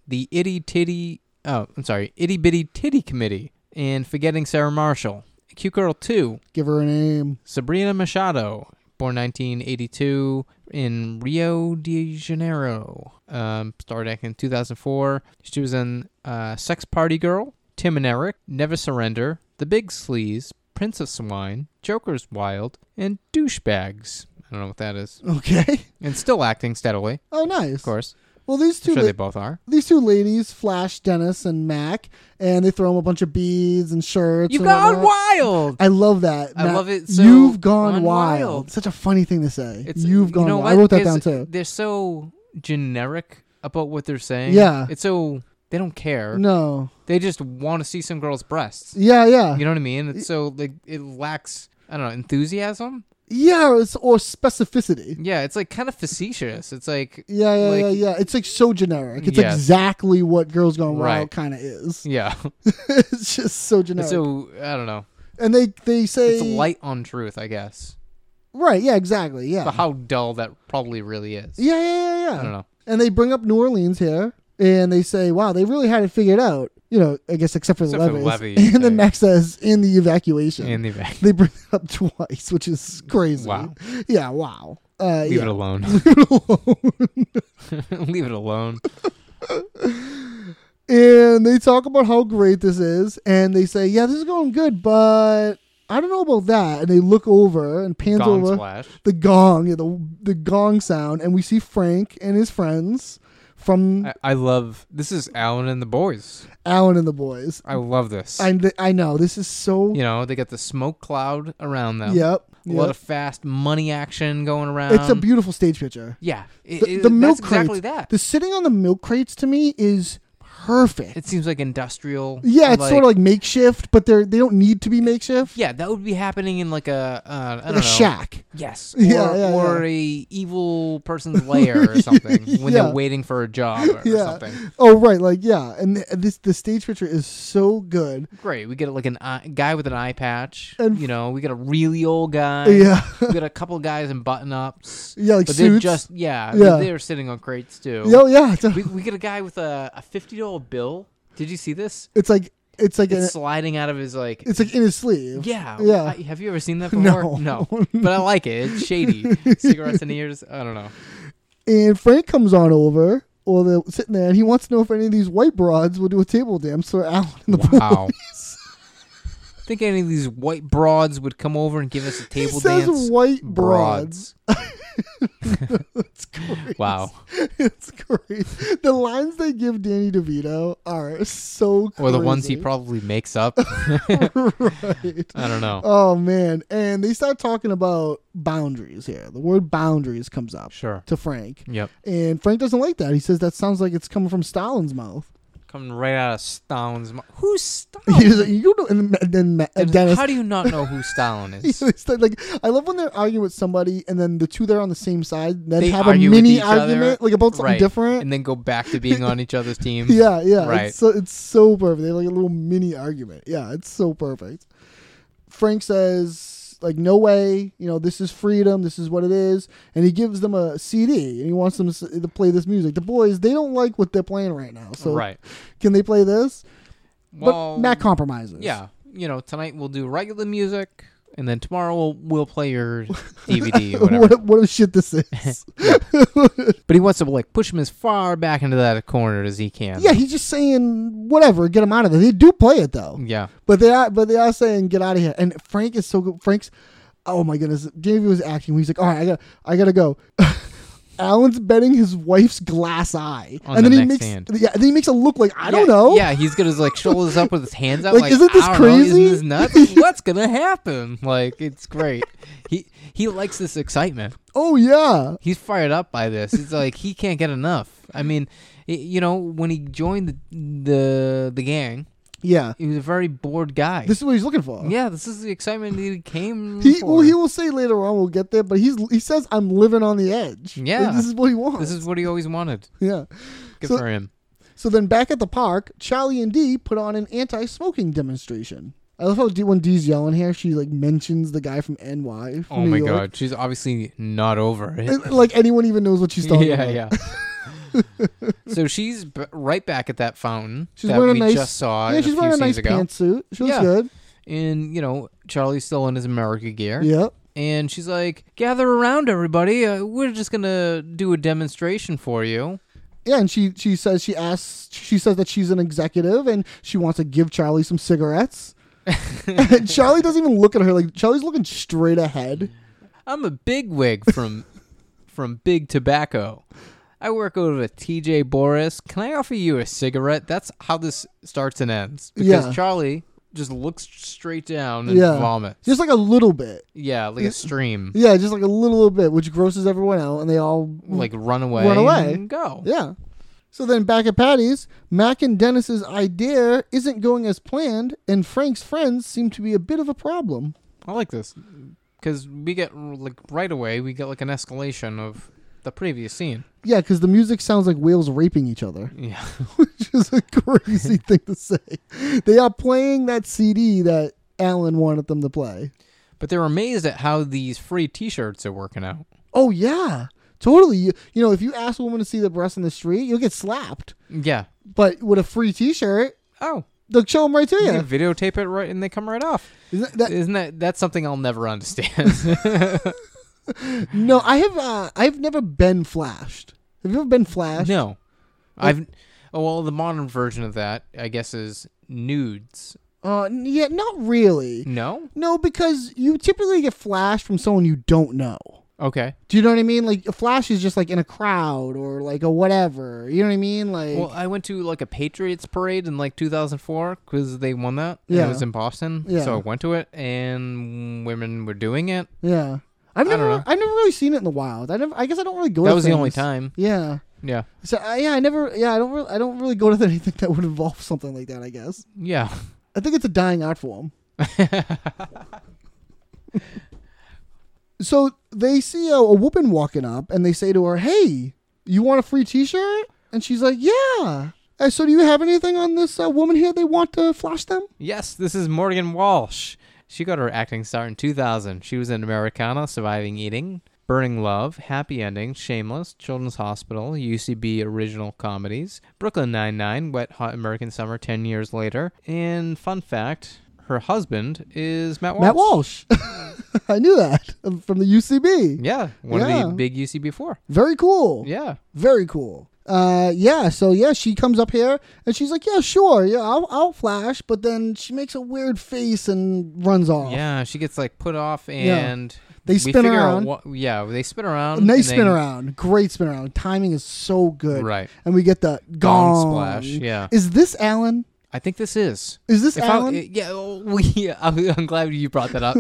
B: the Itty Titty. Oh, I'm sorry, Itty Bitty Titty Committee, and Forgetting Sarah Marshall. Cute girl two,
A: Give her a name.
B: Sabrina Machado, born 1982 in Rio de Janeiro, um, started acting in 2004. She was in uh, Sex Party Girl, Tim and Eric, Never Surrender, The Big Sleaze, Prince of Swine, Joker's Wild, and Douchebags. I don't know what that is.
A: Okay.
B: And still acting steadily, of
A: Oh, nice. Of
B: course.
A: Well, these two
B: I'm sure
A: la-
B: they both are.
A: these two ladies flash Dennis and Mac, and they throw him a bunch of beads and shirts.
B: You've
A: and
B: gone
A: whatnot.
B: wild!
A: I love that.
B: I
A: Matt.
B: love it so
A: You've gone,
B: gone
A: wild.
B: wild.
A: Such a funny thing to say.
B: It's
A: You've
B: you
A: gone
B: know
A: wild. I
B: what?
A: wrote that
B: There's-
A: down too.
B: They're so generic about what they're saying.
A: Yeah.
B: It's so they don't care.
A: No.
B: They just want to see some girls' breasts.
A: Yeah, yeah.
B: You know what I mean? It's so like it lacks I don't know, enthusiasm?
A: yeah, or, it's- or specificity.
B: Yeah, it's like kind of facetious. It's like
A: Yeah, yeah,
B: like,
A: yeah, yeah. It's like so generic. It's
B: Yes.
A: exactly what Girls Gone Wild
B: Right.
A: kind of is.
B: yeah.
A: it's just so generic.
B: so I don't know.
A: and they they say
B: It's light on truth, I guess.
A: right. Yeah, exactly. Yeah.
B: But how dull that probably really is.
A: yeah, yeah, yeah, yeah.
B: I don't know.
A: And they bring up New Orleans here, and they say, "Wow, they really had it figured out." You know, I guess except for
B: Except for
A: Levis.
B: Levy,
A: and
B: they-
A: then Max says, "In the evacuation."
B: In the event.
A: They bring it up twice, which is crazy.
B: Wow.
A: Yeah, wow. Uh,
B: Leave
A: yeah.
B: it alone. Leave it alone.
A: And they talk about how great this is, and they say, "Yeah, this is going good, but I don't know about that." And they look over and pans
B: Gong
A: over
B: splash.
A: the gong, yeah, the the gong sound, and we see Frank and his friends from
B: I, I love this is Alan and the boys.
A: Alan and the boys.
B: I love this.
A: I I know this is so.
B: you know, they got the smoke cloud around them.
A: Yep.
B: A lot
A: yep.
B: of fast money action going around.
A: it's a beautiful stage picture.
B: yeah. It,
A: The,
B: it-
A: the milk
B: that's exactly
A: crates,
B: that.
A: The sitting on the milk crates to me is perfect.
B: It seems like industrial.
A: yeah, it's sort of like makeshift, but they're they don't need to be makeshift.
B: Yeah, that would be happening in like a uh, I don't
A: like
B: know
A: a shack.
B: Yes, or,
A: Yeah, yeah,
B: or a evil person's lair or something when
A: Yeah.
B: they're waiting for a job or,
A: Yeah.
B: something.
A: Oh right, like yeah, and th- this the stage picture is so good.
B: Great, we get like an eye, guy with an eye patch.
A: And-
B: you know, we get a really old guy.
A: Yeah.
B: we got a couple guys in button ups.
A: Yeah, like
B: but they're
A: suits.
B: just yeah,
A: Yeah.
B: they're sitting on crates too.
A: Yeah, yeah. It's,
B: We, we get a guy with a a fifty dollar bill. Did you see this?
A: it's like it's like
B: It's
A: it's,
B: sliding out of his like.
A: it's like in his sleeve.
B: yeah,
A: yeah.
B: I- have you ever seen that
A: No.
B: before? but I like it. It's shady. Cigarettes in ears. I don't know.
A: And Frank comes on over, or they're sitting there, and he wants to know if any of these white broads will do a table dance for Alan in the pool.
B: Wow. Think any of these white broads would come over and give us a
A: He
B: table
A: says
B: dance?
A: white broads. It's crazy.
B: Wow.
A: It's crazy. The lines they give Danny DeVito are so crazy.
B: Or the ones he probably makes up.
A: right.
B: I don't know.
A: Oh man. And they start talking about boundaries here. The word boundaries comes up
B: Sure.
A: to Frank.
B: Yep.
A: And Frank doesn't like that. He says that sounds like it's coming from Stalin's mouth.
B: Coming right out of Stalin's mouth. Who's
A: He
B: Stalin?
A: doesn't- you don't, and then- then Ma-
B: Dennis,
A: Dennis.
B: How do you not know who Stalin is?
A: It's like, like, I love when they're arguing with somebody, and then the two that are on the same side then
B: They
A: have a
B: argue with
A: mini
B: each other,
A: argument, like about something
B: right,
A: different.
B: And then go back to being on each other's team.
A: yeah, yeah,
B: Right.
A: It's so it's so perfect. They have like a little mini argument. Yeah, it's so perfect. Frank says like, "No way, you know, this is freedom. This is what it is." And he gives them a CD, and he wants them to, s- to play this music. The boys they don't like what they're playing right now, so
B: Right.
A: can they play this?
B: Well,
A: but Matt compromises.
B: yeah. You know, tonight we'll do regular music, and then tomorrow we'll, we'll play your DVD or whatever.
A: What a, what a shit this is.
B: But he wants to like push him as far back into that corner as he can.
A: yeah, he's just saying whatever, get him out of there. They do play it though.
B: Yeah.
A: But they are, but they are saying get out of here. And Frank is so good. Frank's, oh my goodness, Jamie was acting. He's like, all right, I got, I gotta go. Alan's betting his wife's glass eye,
B: On
A: and
B: the
A: then he
B: next
A: makes,
B: hand.
A: yeah, then he makes a look like I don't
B: Yeah,
A: know.
B: Yeah, he's got his like shoulders up with his hands out.
A: Like,
B: Like,
A: isn't this
B: I don't know,
A: crazy?
B: isn't this nuts? What's gonna happen? Like, it's great. he he likes this excitement.
A: Oh yeah.
B: He's fired up by this. It's like he can't get enough. I mean, i you know, when he joined the the the gang,
A: Yeah.
B: he was a very bored guy.
A: This is what he's looking for.
B: yeah, this is the excitement that he came
A: He
B: for.
A: well, he will say later on we'll get there, but he's he says I'm living on the edge. Like,
B: Yeah.
A: this is what he wants.
B: this is what he always wanted.
A: yeah.
B: Good
A: So-
B: for him.
A: So then back at the park, Charlie and Dee put on an anti-smoking demonstration. I love how D, when Dee's yelling here, she like mentions the guy from NY. from
B: Oh
A: New
B: my
A: York.
B: god, she's obviously not over it.
A: And, like anyone even knows what she's talking
B: yeah,
A: about.
B: yeah. so she's b- right back at that fountain
A: She's
B: that
A: wearing
B: we
A: a nice.
B: just saw
A: yeah,
B: a
A: she's
B: few
A: wearing a nice
B: scenes ago.
A: pantsuit. She looks
B: Yeah.
A: good.
B: And you know, Charlie's still in his America gear.
A: Yeah.
B: And she's like, "Gather around, everybody. Uh, we're just gonna do a demonstration for you."
A: Yeah, and she she says she asks she says that she's an executive and she wants to give Charlie some cigarettes. and Charlie doesn't even look at her like Charlie's looking straight ahead.
B: I'm a bigwig from from Big Tobacco. I work over at TJ Boris. Can I offer you a cigarette? That's how this starts and ends. Because
A: Yeah.
B: Charlie just looks straight down and
A: Yeah.
B: vomits.
A: Just like a little bit.
B: yeah, like a stream.
A: Yeah, just like a little bit, which grosses everyone out, and they all
B: like run away,
A: Run away.
B: and go.
A: Yeah. So then back at Patty's, Mac and Dennis's idea isn't going as planned, and Frank's friends seem to be a bit of a problem.
B: I like this because we get like right away we get like an escalation of the previous scene.
A: Yeah, because the music sounds like whales raping each other,
B: Yeah,
A: which is a crazy thing to say. They are playing that CD that Alan wanted them to play.
B: but they're amazed at how these free T-shirts are working out.
A: Oh, yeah. Totally. You, you know, if you ask a woman to see the breasts on the street, you'll get slapped.
B: Yeah.
A: But with a free t shirt,
B: Oh,
A: they'll show them right to
B: you
A: you.
B: can videotape it right, and they come right off.
A: Isn't that,
B: Isn't that that's something I'll never understand?
A: no, I have uh, I've never been flashed. Have you ever been flashed?
B: no, I've. Oh well, the modern version of that, I guess, is nudes.
A: Uh, n- yeah, not really.
B: No.
A: No, because you typically get flashed from someone you don't know.
B: Okay.
A: Do you know what I mean? Like a flash is just like in a crowd or like a whatever. You know what I mean? Like
B: Well, I went to like a Patriots parade in like 2004 because they won that.
A: Yeah.
B: And it was in Boston.
A: Yeah.
B: So I went to it and women were doing it.
A: yeah. I've
B: don't
A: never
B: know.
A: I've never really seen it in the wild. I never I guess I don't really go
B: That
A: to
B: was the only
A: things.
B: time.
A: Yeah.
B: Yeah.
A: So I, yeah, I never. Yeah, I don't. Really, I don't really go to anything that would involve something like that. I guess.
B: Yeah.
A: I think it's a dying art form. so they see a, a woman walking up, and they say to her, "Hey, you want a free T-shirt?" And she's like, "Yeah." "Uh, so do you have anything on this uh, woman here? They want to flash them.
B: Yes, this is Morgan Walsh. She got her acting start in 2000. She was in Americana, Surviving Eating, Burning Love, Happy Ending, Shameless, Children's Hospital, UCB Original Comedies, Brooklyn Nine-Nine, Wet Hot American Summer 10 years later. And fun fact, her husband is Matt Walsh.
A: Matt Walsh. I knew that um, from the UCB.
B: Yeah, one
A: Yeah.
B: of the big UCB four.
A: Very cool.
B: Yeah.
A: Very cool. Uh, yeah. So yeah, she comes up here and she's like, "Yeah, sure. Yeah, I'll, I'll flash." But then she makes a weird face and runs off.
B: Yeah, she gets like put off and
A: They
B: we
A: spin
B: figure out
A: around.
B: what- yeah, they spin around.
A: And they
B: and
A: spin around. Great spin around. Timing is so good.
B: Right.
A: And we get the
B: Gong
A: gong
B: splash, yeah.
A: Is this Alan?
B: I think this is.
A: Is this
B: If I-
A: Alan?
B: uh, yeah, oh, we, yeah, I'm I'm glad you brought that up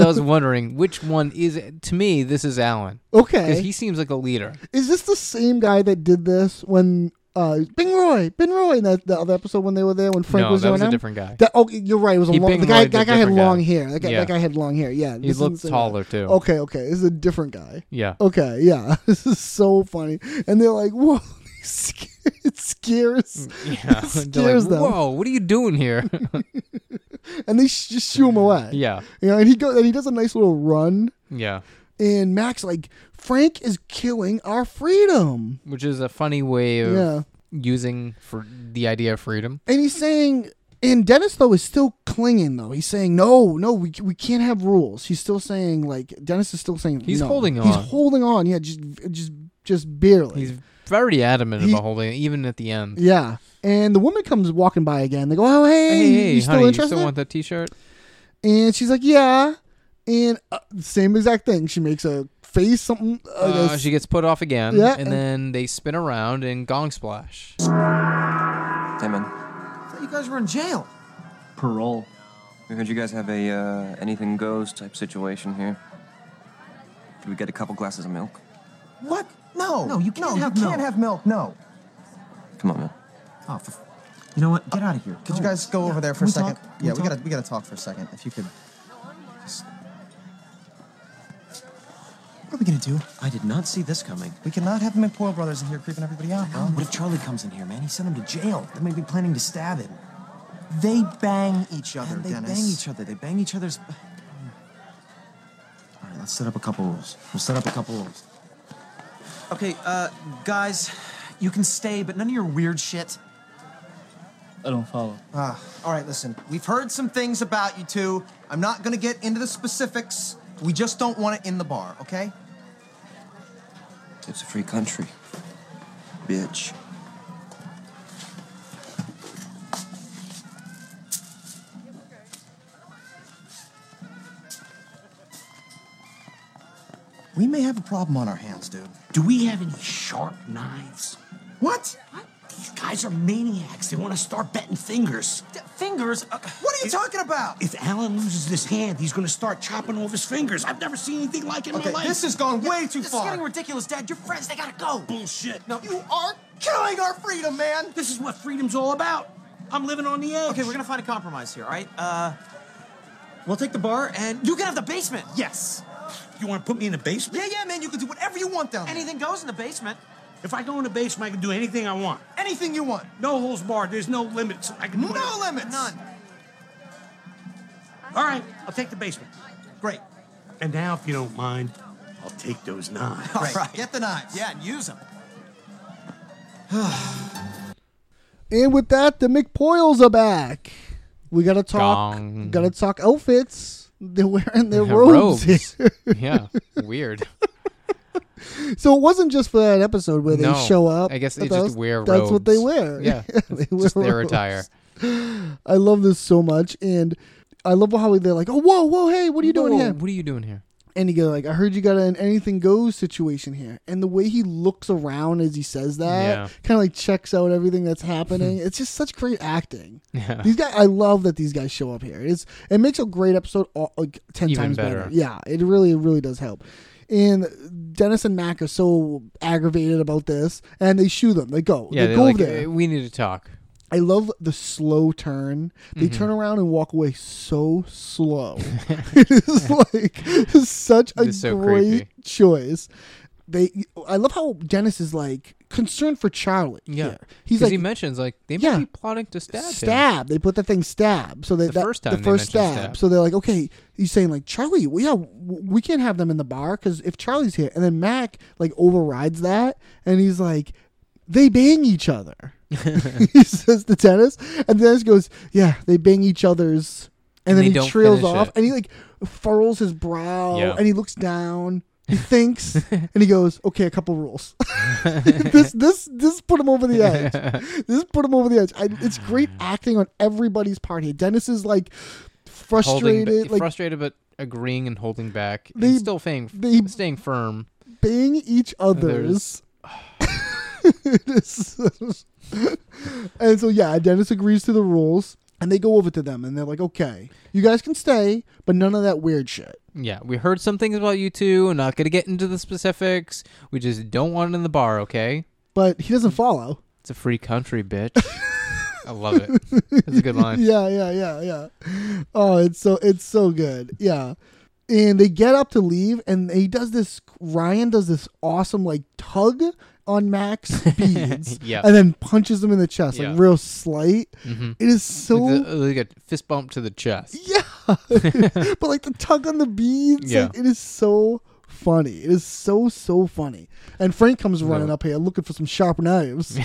B: I was wondering which one is. it. To me, this is Alan because
A: okay.
B: he seems like a leader.
A: is this the same guy that did this when uh, Bing Roy, Bing Roy, in that the other episode when they were there when Frank
B: no,
A: was
B: that
A: doing
B: was a
A: him?
B: different guy.
A: That oh, you're right. It was a
B: He
A: long. The
B: Bing
A: guy,
B: Lloyd's a
A: that guy had
B: different guy.
A: long hair. That guy,
B: Yeah.
A: that guy had long hair. Yeah,
B: he
A: this
B: looked
A: is-
B: taller too.
A: Okay, Oh, okay, this is a different guy.
B: Yeah,
A: Okay, yeah, this is so funny. And they're like, "Whoa, it scares,"
B: yeah.
A: it
B: They're
A: scares
B: like,
A: them.
B: Whoa, what are you doing here?
A: and they sh- just shoo him away.
B: yeah,
A: you know, and he goes and he does a nice little run.
B: yeah.
A: And Max like, Frank is killing our freedom.
B: Which is a funny way of
A: Yeah.
B: using for the idea of freedom.
A: And he's saying, and Dennis though is still clinging though. He's saying, no, no, we, we can't have rules. He's still saying like Dennis is still saying
B: He's
A: no.
B: holding
A: He's
B: on.
A: holding on. Yeah, just just just barely.
B: He's very adamant
A: He-
B: about holding it, even at the end.
A: yeah. And the woman comes walking by again. They go, oh hey,
B: Hey, hey,
A: you still
B: honey,
A: interested?
B: you still want that T-shirt?
A: and she's like, yeah. And uh, same exact thing. She makes a face, something. Uh,
B: Uh,
A: this-
B: she gets put off again,
A: Yeah,
B: and
A: and-
B: then they spin around and gong splash.
E: Hey, man.
C: I thought you guys were in jail.
E: Parole. We heard you guys have a uh, anything goes type situation here. Could we get a couple glasses of milk?
C: What? No.
F: No, you can't have
C: you
F: milk.
C: can't have milk. No.
E: Come on, man.
F: Oh, for, you know what? Get out of here.
C: Could you guys go
F: Yeah,
C: over there for a
F: can we
C: second?
F: talk? Can
C: Yeah, we
F: talk?
C: gotta we gotta talk for a second. If you could. just- What are we gonna do?
F: I did not see this coming.
C: We cannot have them in Poil Brothers in here creeping everybody out, bro.
F: What if Charlie comes in here, man? He sent him to jail. They may be planning to stab him. They bang each other,
C: And they
F: Dennis.
C: bang each
F: other. They bang each other's. All right, let's set up a couple rules. We'll set up a couple rules. Okay, uh, guys, you can stay, but none of your weird shit.
G: I don't follow.
C: Ah, all right, listen. We've heard some things about you two. I'm not gonna get into the specifics. We just don't want it in the bar, okay?
E: It's a free country. Bitch.
C: We may have a problem on our hands, dude.
H: Do we have any sharp knives?
C: What?
H: What? These guys are maniacs. They want to start betting fingers.
C: D- Fingers? Uh, what are you
H: If-
C: talking about?
H: If Alan loses this hand, he's going to start chopping off his fingers. I've never seen anything like it in
C: Okay,
H: my life.
C: this has gone way too
F: this
C: far.
F: is getting ridiculous, Dad. Your friends, they gotta go.
H: bullshit. No,
C: You are killing our freedom, man!
H: this is what freedom's all about. I'm living on the edge.
F: Okay, we're gonna find a compromise here, all right? Uh, we'll take the bar and you can have the basement.
C: Yes.
H: You want to put me in the basement?
C: Yeah, yeah, man, you can do whatever you want down there.
F: Anything goes in the basement.
H: If I go in the basement, I can do anything I want.
C: Anything you want.
H: No holes barred. There's no limits. I can do
C: No
H: whatever-
C: limits.
F: None.
H: All right, I'll take the basement.
C: Great.
H: And now, if you don't mind, I'll take those knives.
C: Great. Get the knives.
F: Yeah, and use them.
A: And with that, the McPoils are back. We gotta talk.
B: Gong.
A: Gotta talk outfits. They're wearing their
B: Yeah,
A: robes.
B: robes. yeah, weird.
A: so it wasn't just for that episode where they
B: No,
A: show up.
B: I guess they
A: but
B: just
A: that's-
B: wear
A: That's what they
B: robes.
A: wear.
B: Yeah,
A: they wear
B: Just their
A: robes.
B: attire.
A: I love this so much, and I love how they're like, "Oh, whoa, whoa, hey, what are you doing
B: Whoa,
A: here?"
B: What are you doing here?
A: And he goes like, "I heard you got an anything goes situation here." And the way he looks around as he says that,
B: Yeah.
A: kind of like checks out everything that's happening. it's just such great acting.
B: Yeah.
A: These guys, I love that these guys show up here. It's it makes a great episode all, like ten
B: Even
A: times better.
B: better.
A: Yeah, it really it really does help. And Dennis and Mac are so aggravated about this, and they shoo them. They go.
B: Yeah,
A: they
B: they're
A: go
B: like,
A: over there.
B: "Eh, we need to talk.
A: I love the slow turn. They
B: Mm-hmm.
A: turn around and walk away so slow. it's like such a
B: It's so
A: great
B: creepy.
A: choice. They, I love how Dennis is like concerned for Charlie.
B: Yeah,
A: here. he's
B: 'Cause
A: like
B: he mentions like they might
A: Yeah.
B: be plotting to stab, him.
A: stab. They put the thing stab. So they,
B: The
A: that,
B: first
A: the
B: time they
A: first
B: mentioned
A: stab.
B: stab.
A: So they're like, okay, he's saying like Charlie, well, yeah, w- we can't have them in the bar because if Charlie's here, and then Mac like overrides that, and he's like, they bang each other. he says to Dennis, and Dennis goes, yeah, they bang each other's. And,
B: And they
A: then he
B: don't
A: trails
B: finish
A: off,
B: it.
A: and he like furrows his brow,
B: Yeah.
A: and he looks down. He thinks, and he goes, "Okay, a couple rules." this this this put him over the edge. This put him over the edge. I, it's great acting on everybody's part here. Dennis is like
B: Holding,
A: frustrated,
B: ba-
A: like
B: frustrated, but agreeing and holding back,
A: They-
B: and still staying,
A: they-
B: staying firm.
A: bang each other's. It is- and so yeah, Dennis agrees to the rules, and they go over to them, and they're like, "Okay, you guys can stay, but none of that weird shit."
B: Yeah, we heard some things about you two. We're not gonna get into the specifics. We just don't want it in the bar, okay?
A: But he
B: Mm.
A: doesn't follow.
B: It's a free country, bitch. I love it. That's a good line.
A: yeah, yeah, yeah, yeah. Oh, it's so it's so good. Yeah. And they get up to leave and he does this Ryan does this awesome like tug on Max beads
B: Yeah.
A: and then punches him in the chest
B: Yeah. Mm-hmm.
A: like real slight. It is so
B: Like, the- like a fist bump to the chest.
A: yeah. but like the tug on the beads,
B: Yeah.
A: like, it is so funny. It is so so funny. And Frank comes running up here looking for some sharp knives.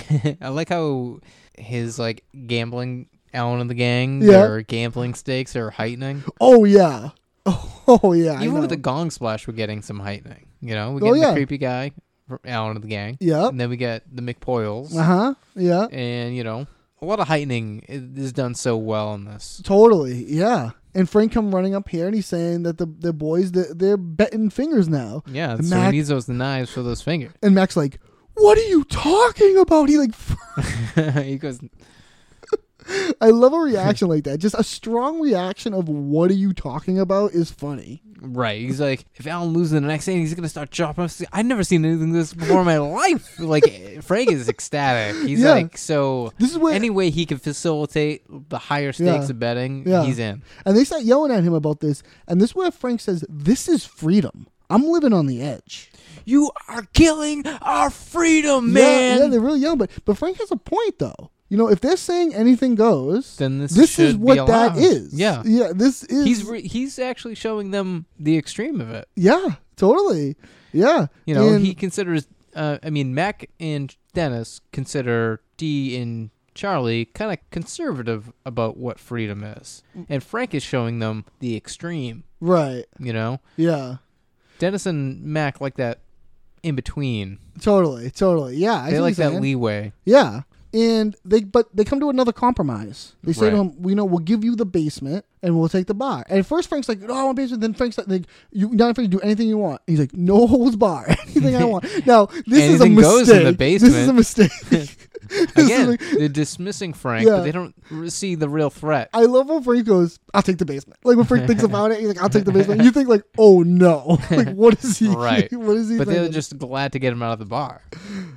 B: I like how his like gambling Alan and the gang,
A: Yeah.
B: their gambling stakes are heightening.
A: oh yeah. Oh yeah. I
B: Even with
A: know.
B: the gong splash, we're getting some heightening. You know, we
A: Oh,
B: get
A: yeah.
B: the creepy guy, from Alan and the gang.
A: Yep.
B: and then we get the McPoyles,
A: Uh-huh. Yeah.
B: and you know, a lot of heightening i- is done so well in this.
A: Totally, yeah. And Frank come running up here and he's saying that the the boys they're, they're betting fingers now.
B: Yeah,
A: and
B: so he
A: Mac,
B: needs those knives for those fingers.
A: and Mac's like, "What are you talking about?" He like,
B: he goes,
A: I love a reaction like that. Just a strong reaction of "What are you talking about?" is funny.
B: right. He's like, if Alan loses the next inning, he's gonna start chopping. Up. I've never seen anything like this before in my life. Like eh, Frank is ecstatic. He's
A: Yeah.
B: like, so
A: This is where-
B: any way he can facilitate the higher stakes
A: Yeah.
B: of betting,
A: Yeah.
B: he's in.
A: And they start yelling at him about this. And this is where Frank says, "This is freedom. I'm living on the edge."
B: You are killing our freedom,
A: Yeah,
B: man.
A: yeah, they're really young, but but Frank has a point though. You know, if they're saying anything goes,
B: Then this
A: is
B: should be
A: what that
B: allowed.
A: is.
B: Yeah.
A: yeah, this is
B: he's re- he's actually showing them the extreme of it.
A: Yeah, totally. Yeah.
B: You know,
A: And-
B: he considers. Uh, I mean, Mac and Dennis consider D and Charlie kind of conservative about what freedom is,
A: Mm.
B: and Frank is showing them the extreme.
A: right.
B: You know,
A: Yeah.
B: Dennis and Mac like that in between.
A: Totally. Totally. Yeah. I see
B: They
A: what
B: like
A: you're
B: that
A: saying.
B: leeway.
A: Yeah. And they but they come to another compromise. They say to
B: Right.
A: him, "We know we'll give you the basement and we'll take the bar." And at first Frank's like, "No, I want basement." Then Frank's like, "You not free to do anything you want." He's like, "No holds bar, anything I want." Now this is a
B: Anything
A: mistake.
B: goes in the
A: This is a
B: basement.
A: mistake. This is
B: Again,
A: like-
B: they're dismissing Frank,
A: Yeah.
B: but they don't r- see the real threat.
A: I love when Frank goes, I'll take the basement. Like when Frank thinks about it, he's like, I'll take the basement. You think like, oh no. Like what is he
B: Right.
A: what is he
B: But they're
A: thinking?
B: just glad to get him out of the bar.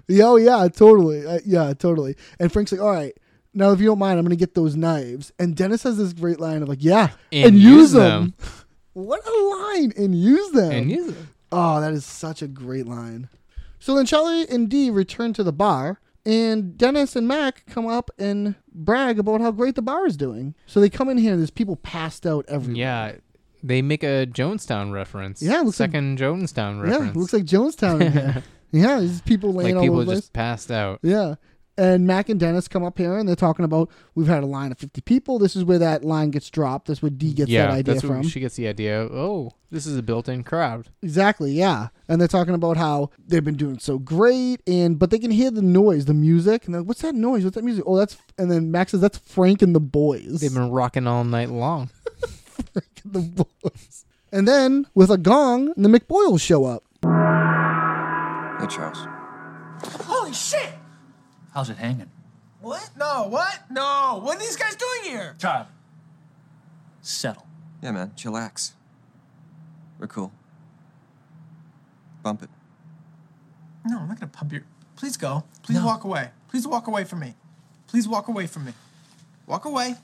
A: Yeah, oh yeah, totally. Uh, yeah, totally. And Frank's like, all right, now if you don't mind, I'm gonna get those knives. And Dennis has this great line of like, yeah, and, use them. What a line! And use them.
B: And use them.
A: Oh, that is such a great line. So then Charlie and Dee return to the bar, and Dennis and Mac come up and brag about how great the bar is doing. So they come in here and there's people passed out everywhere.
B: Yeah, they make a Jonestown reference.
A: Yeah, it looks like-
B: second Jonestown
A: yeah,
B: reference.
A: looks like Jonestown in here. yeah, there's people laying
B: like
A: all
B: people
A: over the place.
B: just passed out.
A: Yeah. And Mac and Dennis come up here and they're talking about we've had a line of 50 people. This is where that line gets dropped. That's where D gets
B: yeah,
A: that idea
B: that's
A: from.
B: where she gets the idea. Oh, this is a built-in crowd.
A: exactly, yeah. And they're talking about how they've been doing so great and but they can hear the noise, the music. And they're like, "What's that noise? What's that music?" Oh, that's and then Mac says, "That's Frank and the boys."
B: They've been rocking all night long.
A: the boys. And then with a gong, the McBoyles show up.
E: Hey, Charles.
C: Holy shit!
G: How's it hanging?
C: What? No, what? No. What are these guys doing here?
G: Child. Settle.
E: Yeah, man, chillax. We're cool. Bump it.
F: No, I'm not gonna pump your.
C: Please go. Please walk away. Please walk away from me. Please walk away from me. Walk away.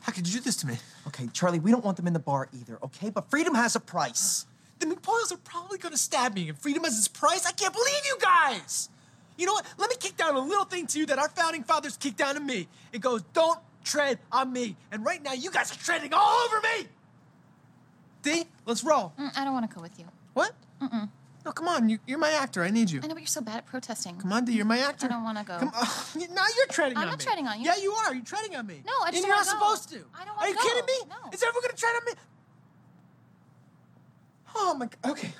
C: How could you do this to me? Okay, Charlie, we don't want them in the bar either, okay? But freedom has a price.
F: The McPoyles are probably gonna stab me, and freedom has its price. I can't believe you guys. You know what? Let me kick down a little thing to you that our founding fathers kicked down to me. It goes, "Don't tread on me." And right now, you guys are treading all over me. D, let's roll.
D: Mm, I don't want to go with you.
F: What? Mm-mm. No, come on. You, you're my actor. I need you.
D: I know, but you're so bad at protesting.
F: Come on, D, you're my actor.
D: I don't wanna go.
F: Come on. now you're treading
D: I'm
F: on me.
D: not treading on you.
F: Yeah, you are. You're treading on me.
D: No, I just don't
F: And you're not
D: wanna go.
F: supposed to.
D: I don't
F: Are
D: wanna
F: you kidding me?
D: go. No.
F: Is everyone gonna tread on me? Oh my. g- Okay.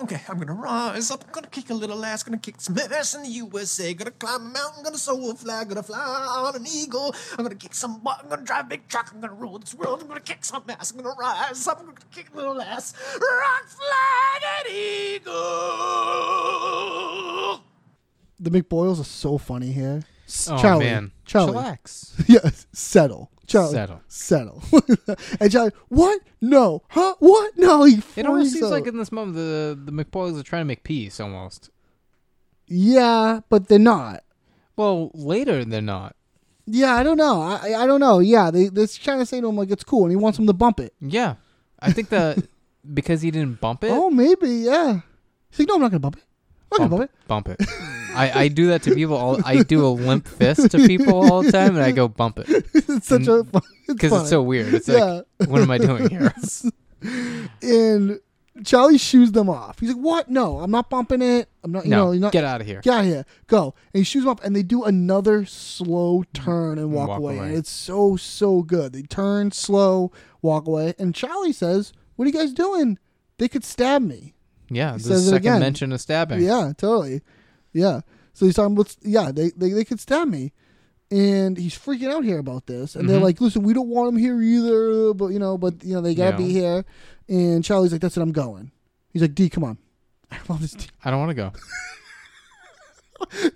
F: Okay, I'm gonna rise up. gonna kick a little ass. Gonna kick some ass in the USA. Gonna climb a mountain. Gonna sow a flag. Gonna fly on an eagle. I'm gonna kick some butt. I'm gonna drive a big truck. I'm gonna rule this world. I'm gonna kick some ass. I'm gonna rise up. I'm gonna kick a little ass. Rock flag and eagle.
A: The McBoyles are so funny here. S-
B: Oh
A: Charlie,
B: man,
A: Charlie,
B: Chillax.
A: yeah, settle, Charlie,
B: Settle.
A: settle. and Charlie, what? No, huh? What? No, he
B: It
A: freaks
B: almost seems
A: out.
B: like in this moment the the McBoyles are trying to make peace almost.
A: yeah, but they're not.
B: Well, later they're not.
A: Yeah, I don't know. I I I don't know. Yeah, they they're trying to say to him like it's cool, and he wants him to bump it.
B: Yeah, I think that because he didn't bump it.
A: Oh, maybe yeah. He's like, no, I'm not gonna bump it. I'm not
B: bump
A: gonna
B: it, bump it. I, I do that to people. All, I do a limp fist to people all the time, and I go bump it
A: bump it. it's such a fun.
B: because
A: funny.
B: it's so weird. It's
A: Yeah.
B: like, what am I doing here?
A: and Charlie shoos them off. He's like, "What? No, I'm not bumping it. I'm not. You
B: No,
A: know, you're not.
B: get out of here.
A: Get out of here. Go." And he shoos them off, and they do another slow turn and walk,
B: Mm-hmm. walk
A: away.
B: away.
A: And it's so so good. They turn slow, walk away, and Charlie says, "What are you guys doing? They could stab me."
B: Yeah, the
A: says it
B: second
A: again.
B: mention of stabbing.
A: Yeah, totally. Yeah. So he's talking about, yeah, they, they, they could stab me. And he's freaking out here about this. And
B: Mm-hmm.
A: they're like, listen, we don't want him here either, but, you know, but, you know, they got to
B: Yeah.
A: be here. And Charlie's like, that's it, I'm going. He's like, D, come on. I love this. D.
B: I don't want to go.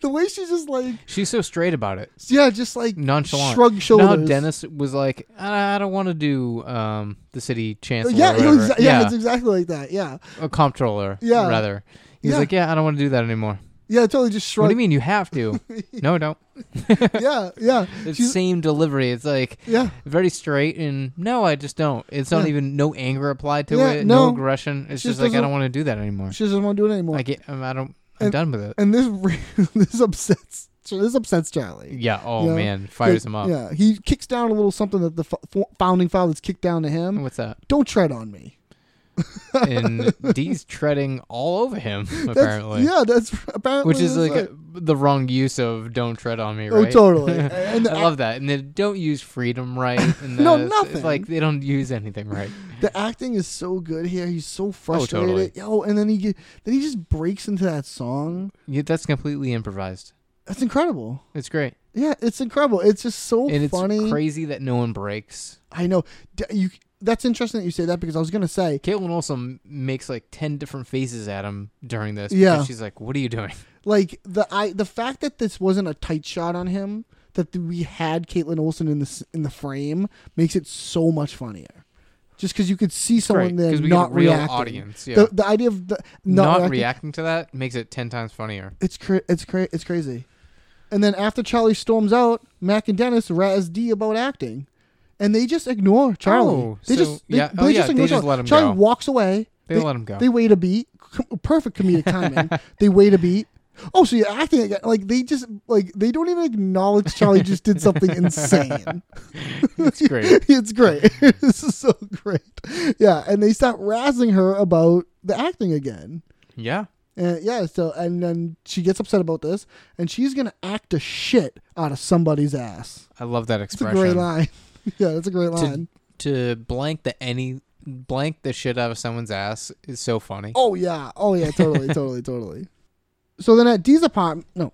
A: The way she's just like,
B: She's so straight about it,
A: yeah, just like
B: nonchalant.
A: shrug
B: You know
A: shoulders.
B: how Dennis was like, I I don't want to do um, the city chancellor.
A: Yeah,
B: or
A: it
B: whatever.
A: was- yeah, it's exactly like that. Yeah.
B: a comptroller.
A: Yeah.
B: rather. He's
A: Yeah.
B: like, yeah, I don't want to do that anymore.
A: Yeah, totally just
B: What
A: shrug.
B: do you mean you have to? no, I don't.
A: Yeah, yeah.
B: It's
A: She's-
B: same delivery. It's like
A: Yeah.
B: very straight and no, I just don't. It's not
A: Yeah.
B: even no anger applied to
A: Yeah,
B: it, no,
A: no.
B: aggression. It's
A: She just
B: just, like I
A: doesn't-
B: don't want to do that anymore.
A: she doesn't want to do it anymore.
B: I get, um, I don't, I'm done with it.
A: and this re- this upsets this upsets Charlie.
B: Yeah. Oh
A: You know?
B: man, fires
A: Yeah,
B: him up.
A: Yeah, he kicks down a little something that the fo- fo- founding fathers kicked down to him.
B: What's that?
A: Don't tread on me.
B: And D's treading all over him
A: That's,
B: apparently.
A: Yeah, that's apparently.
B: Which is
A: that's
B: like
A: right.
B: the wrong use of "Don't tread on me,"
A: Oh,
B: right?
A: totally.
B: I
A: And the,
B: love that. And then don't use freedom right. And
A: No,
B: this.
A: nothing.
B: It's like they don't use anything right.
A: the acting is so good here. He's so frustrated.
B: Oh, totally.
A: Yo, and then he get, then he just breaks into that song.
B: Yeah, that's completely improvised.
A: That's incredible.
B: It's great.
A: Yeah, it's incredible. It's just so
B: and it's
A: funny.
B: crazy that no one breaks.
A: I know. D- you. That's interesting that you say that because I was gonna say
B: Caitlin also m- makes like ten different faces at him during this.
A: Yeah.
B: because she's like, "What are you doing?"
A: like the I the fact that this wasn't a tight shot on him that th- we had Caitlin Olsen in the s- in the frame makes it so much funnier. Just because you could see someone
B: great,
A: there
B: 'cause we get
A: not
B: a real
A: reacting.
B: audience, yeah.
A: The, the idea of the, not,
B: Not,
A: reacting,
B: reacting to that makes it ten times funnier.
A: It's cra- it's cra- it's crazy. And then after Charlie storms out, Mac and Dennis razz D about acting, and they just ignore Charlie.
B: Oh,
A: they
B: so-
A: just they,
B: yeah.
A: they
B: Oh, yeah,
A: just ignore
B: they just
A: Charlie.
B: let him
A: Charlie
B: go.
A: walks away.
B: They let him go.
A: They wait a beat. Com- Perfect comedic timing. they wait a beat. Oh, so you're acting again. like they just like they don't even acknowledge Charlie just did something insane.
B: It's great.
A: it's great. this is so great. Yeah, and they start razzing her about the acting again.
B: yeah,
A: And yeah, so and then she gets upset about this, and she's gonna act the shit out of somebody's ass.
B: I love that
A: It's a
B: expression.
A: great line. yeah, that's a great line.
B: To blank the any blank the shit out of someone's ass is so funny.
A: oh yeah, oh yeah, totally, totally, totally. So then at Dee's apartment, no.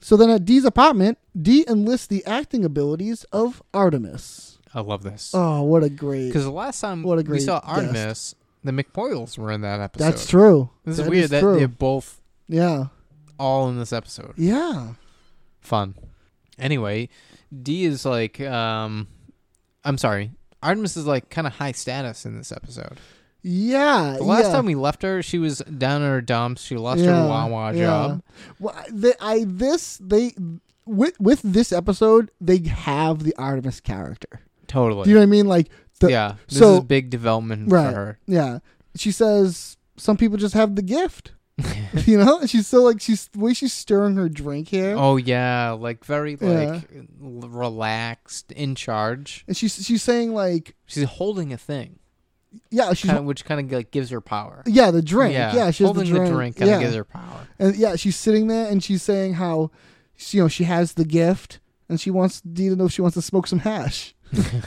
A: So then at Dee's apartment, Dee enlists the acting abilities of Artemis.
B: I love this
A: Oh, what a great!
B: because the last time
A: What a
B: we
A: great
B: saw
A: guest.
B: Artemis, the McPoyles were in that episode.
A: That's true.
B: This
A: That
B: is weird that
A: true.
B: they're both
A: yeah,
B: all in this episode.
A: yeah,
B: fun. Anyway, D is like, um, I'm sorry, Artemis is like kind of high status in this episode.
A: Yeah.
B: The last
A: Uh, yeah.
B: time we left her, she was down in her dumps. She lost her Wawa
A: yeah.
B: job.
A: Well, I- the, I this they with with this episode they have the Artemis character.
B: Totally.
A: Do you know what I mean? Like the,
B: yeah. This
A: so
B: is a big development
A: right.
B: for her.
A: Yeah. She says some people just have the gift. you know, And she's so like she's the way she's stirring her drink here,
B: Oh yeah, like very
A: Yeah.
B: like l- relaxed, in charge.
A: and she's she's saying like
B: She's holding a thing,
A: yeah she's
B: kinda, which kind of like gives her power.
A: yeah the drink yeah, she's
B: holding
A: the drink,
B: kind of
A: yeah.
B: gives her power.
A: And yeah, she's sitting there and she's saying how, she- you know, she has the gift and she wants Dee to know if she wants to smoke some hash.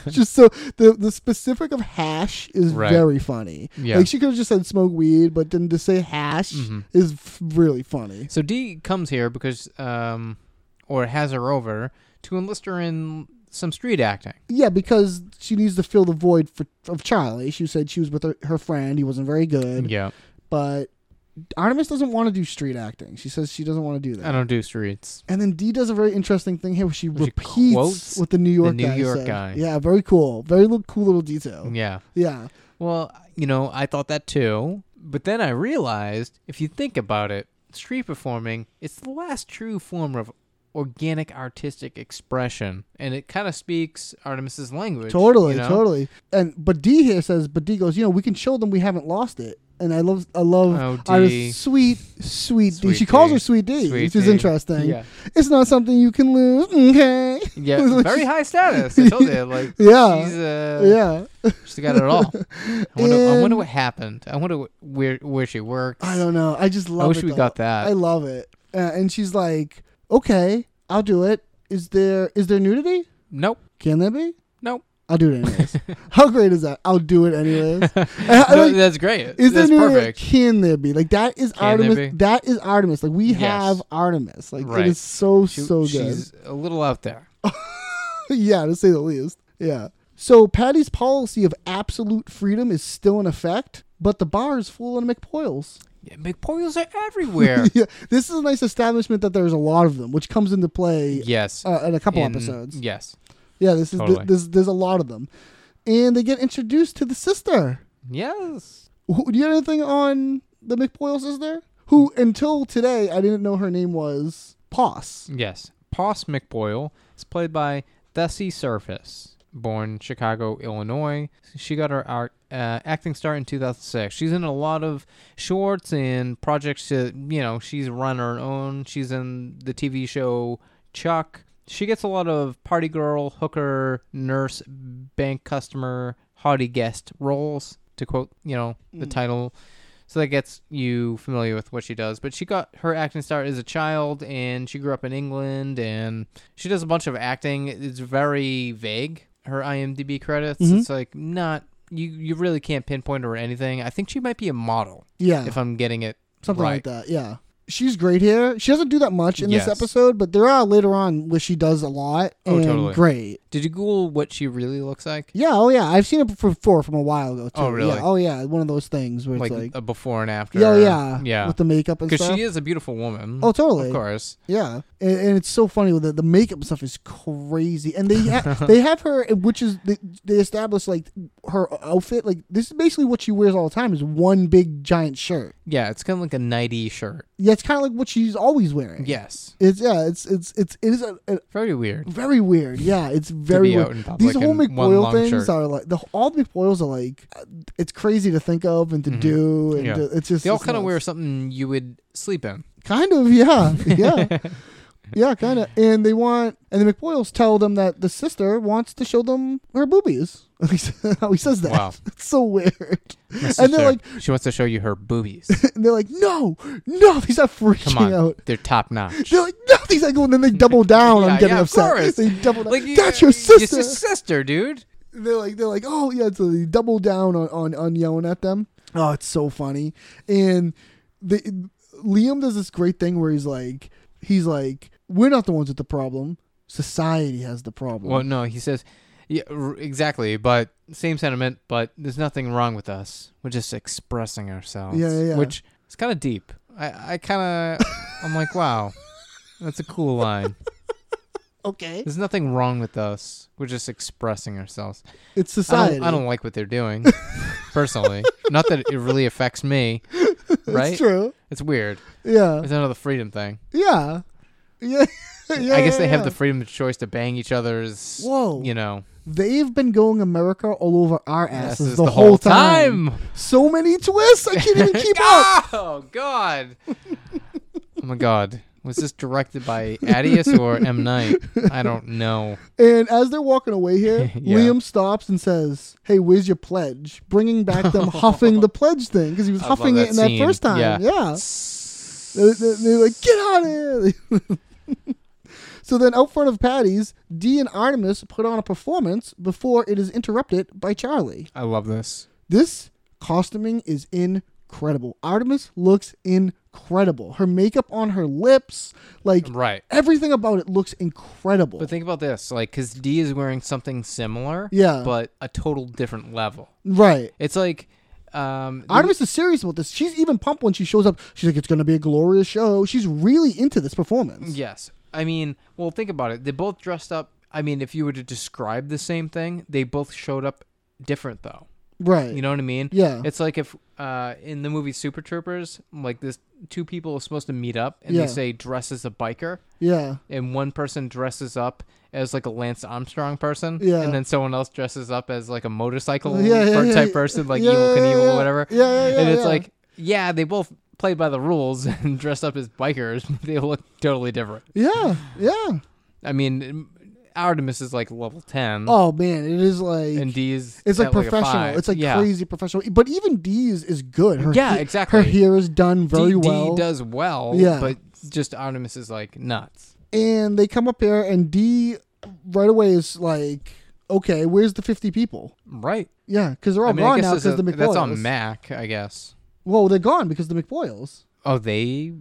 A: just so the the specific of hash is
B: Right.
A: very funny.
B: Yeah. Mm-hmm.
A: Like she could have just said smoke weed, but then to say hash is f- really funny.
B: So Dee comes here because, um, or has her over to enlist her in some street acting.
A: Yeah, because she needs to fill the void for of Charlie. She said she was with her, her friend. He wasn't very good.
B: Yeah,
A: But Artemis doesn't want to do street acting. She says she doesn't want to do that.
B: I don't do streets.
A: And then Dee does a very interesting thing here where she
B: Where she
A: repeats
B: quotes
A: what the New York,
B: the New
A: guy,
B: York
A: said.
B: guy.
A: Yeah, very cool. Very little, cool little detail.
B: Yeah.
A: Yeah.
B: Well, you know, I thought that too, but then I realized if you think about it, street performing it's the last true form of organic artistic expression, and it kind of speaks Artemis's language.
A: Totally,
B: you know?
A: totally. And but Dee here says, but Dee goes, you know, we can show them we haven't lost it. And I love, I love,
B: Oh,
A: I was-
B: Dee.
A: sweet, sweet, Dee.
B: Sweet
A: She calls
B: Dee.
A: her sweet Dee,
B: Sweet
A: which is
B: Dee.
A: interesting.
B: Yeah.
A: It's not something you can lose. Mm, Okay.
B: Yeah, very high status. I told you, like,
A: Yeah.
B: she's uh,
A: Yeah.
B: She got it all. I wonder, I
A: And-
B: wonder what happened. I wonder wh- where where she works.
A: I don't know. I just love.
B: wish
A: it,
B: we
A: though.
B: got that.
A: I love it. Uh, and she's like, okay, I'll do it. Is there is there nudity?
B: Nope.
A: Can there be?
B: Nope.
A: I'll do it anyways. How great is that? I'll do it anyways. And I-
B: No,
A: like,
B: that's great.
A: is
B: that's
A: there any-
B: perfect.
A: Can there be like that? Is
B: Can there
A: Artemis?
B: be?
A: That is Artemis. Like we
B: Yes.
A: have Artemis. Like
B: Right.
A: it is so
B: She-
A: so good. Oh.
B: She's a little out there.
A: yeah, to say the least. Yeah. So Patty's policy of absolute freedom is still in effect, but the bar is full of McPoyles.
B: Yeah, McPoyles are everywhere.
A: Yeah, this is a nice establishment that there's a lot of them, which comes into play.
B: yes.
A: uh, in a couple
B: In-
A: episodes.
B: Yes.
A: Yeah, this is
B: Totally.
A: this, there's a lot of them, and they get introduced to the sister.
B: Yes.
A: Who, do you have anything on the McPoyle sister? Who until today I didn't know her name was Poss.
B: Yes. Poss McBoyle is played by Thessie Surface, born Chicago, Illinois. She got her art, uh, acting start in 2006. She's in a lot of shorts and projects. That, you know, she's run her own. She's in the TV show Chuck. She gets a lot of party girl, hooker, nurse, bank customer, haughty guest roles. To quote, you know, the title. So that gets you familiar with what she does. But she got her acting start as a child, and she grew up in England, and she does a bunch of acting. It's very vague. Her IMDb credits.
A: Mm-hmm.
B: It's like not you. You really can't pinpoint her or anything. I think she might be a model.
A: Yeah.
B: if I'm getting it
A: Something
B: right.
A: like that. Yeah, she's great here. She doesn't do that much in
B: Yes.
A: this episode, but there are later on where she does a lot.
B: Oh,
A: and
B: totally.
A: Great.
B: Did you Google what she really looks like?
A: Yeah. Oh, yeah. I've seen it before- before from a while ago. Too.
B: Oh, really?
A: Yeah. Oh, yeah. One of those things where
B: Like,
A: it's like,
B: a before and after.
A: yeah, yeah,
B: yeah.
A: with the makeup and
B: Because
A: stuff.
B: she is a beautiful woman.
A: Oh, totally.
B: Of course.
A: Yeah, and, and it's so funny with the, the makeup stuff is crazy, and they ha- they have her, which is they, they establish like her outfit. Like this is basically what she wears all the time is one big giant shirt.
B: Yeah, it's kind of like a nighty shirt.
A: Yeah, it's kind of like what she's always wearing.
B: Yes.
A: it's yeah, it's it's it's it is a, a
B: Very weird.
A: very weird. Yeah, it's very
B: be out
A: weird.
B: in public
A: These whole
B: in one
A: McBoyle
B: long
A: things
B: shirt.
A: are like the all the McBoyles are like uh, it's crazy to think of and to do, and
B: Mm-hmm. Yeah.
A: to- it's just
B: They all
A: it's
B: kind of
A: nuts.
B: wear something you would sleep in.
A: Kind of, yeah, yeah, yeah, kind of. And they want, and the McBoyles tell them that the sister wants to show them her boobies. How he says that?
B: Wow.
A: it's so weird. And they're
B: Sister,
A: like,
B: she wants to show you her boobies.
A: and they're like, no, no, these are freaking
B: Come on,
A: out.
B: they're top notch.
A: They're like, no, these are going. And then they double down
B: Yeah,
A: on Oh, getting
B: yeah, of
A: upset.
B: course.
A: They double down.
B: Like,
A: That's
B: you-
A: your
B: It's
A: sister.
B: your sister, dude.
A: they're like they're like oh yeah so they double down on on, on yelling at them oh it's so funny and the liam does this great thing where he's like he's like we're not the ones with the problem society has the problem
B: Well, no, he says, yeah, r- exactly, but same sentiment. But there's nothing wrong with us. We're just expressing ourselves.
A: Yeah, yeah, yeah.
B: Which is kind of deep. I, I kind of, I'm like, wow, that's a cool line.
A: okay
B: There's nothing wrong with us. We're just expressing ourselves.
A: it's
B: I
A: society
B: don't, I don't like what they're doing. personally. Not that it really affects me, right?
A: It's true.
B: It's weird.
A: Yeah.
B: It's another freedom thing.
A: Yeah. Yeah. yeah
B: I guess
A: yeah,
B: they have
A: yeah.
B: the freedom of choice to bang each other's.
A: Whoa.
B: You know,
A: They've been going America all over our asses
B: is
A: the,
B: the
A: whole,
B: whole
A: time.
B: time.
A: So many twists. I can't even keep up.
B: Oh God! oh my God! Was this directed by Adius or M Night? I don't know.
A: And as they're walking away here,
B: Yeah.
A: Liam stops and says, "Hey, where's your pledge?" Bringing back them huffing the pledge thing because he was
B: I love
A: huffing it
B: that
A: in that
B: scene.
A: first time.
B: Yeah.
A: yeah. They- they- They're like, get out of here. so then, out front of Patty's, Dee and Artemis put on a performance before it is interrupted by Charlie.
B: I love this.
A: This costuming is incredible. Artemis looks incredible. Her makeup on her lips, like
B: Right.
A: everything about it looks incredible.
B: But think about this, like, because D is wearing something similar,
A: Yeah.
B: but a total different level.
A: right.
B: It's like, um,
A: Artemis is serious about this. She's even pumped when she shows up. She's like, it's going to be a glorious show. She's really into this performance.
B: yes. I mean, well, think about it. They both dressed up. I mean, if you were to describe the same thing, they both showed up different though.
A: Right.
B: You know what I mean?
A: Yeah.
B: It's like if uh, in the movie Super Troopers, like this, two people are supposed to meet up, and
A: Yeah.
B: they say dress as a biker,
A: Yeah.
B: and one person dresses up as like a Lance Armstrong person,
A: Yeah.
B: and then someone else dresses up as like a motorcycle
A: Yeah, yeah,
B: per-
A: yeah,
B: type
A: yeah.
B: person, like
A: Yeah,
B: Evil
A: yeah,
B: Knievel
A: yeah.
B: or whatever.
A: Yeah, yeah, yeah,
B: And it's
A: yeah.
B: like, yeah, they both play by the rules and dress up as bikers, but they look totally different.
A: Yeah. Yeah.
B: I mean, Artemis is like level ten,
A: Oh, man. It is like.
B: and D is
A: It's like
B: at, a
A: professional.
B: five.
A: it's like
B: Yeah.
A: crazy professional. But even Dee's is good. Her
B: Yeah,
A: he-
B: exactly.
A: Her hair is done
B: D-
A: very
B: D
A: well.
B: does well,
A: Yeah.
B: but just Artemis is like nuts.
A: And they come up here, and D right away is like, "Okay, where's the fifty people?"
B: Right.
A: Yeah, because they're all
B: I mean, I
A: gone
B: guess
A: Oh, now
B: this
A: because the
B: is-
A: McPoyles.
B: that's on Mac, I guess.
A: Well, they're gone because the McPoyles.
B: Oh, they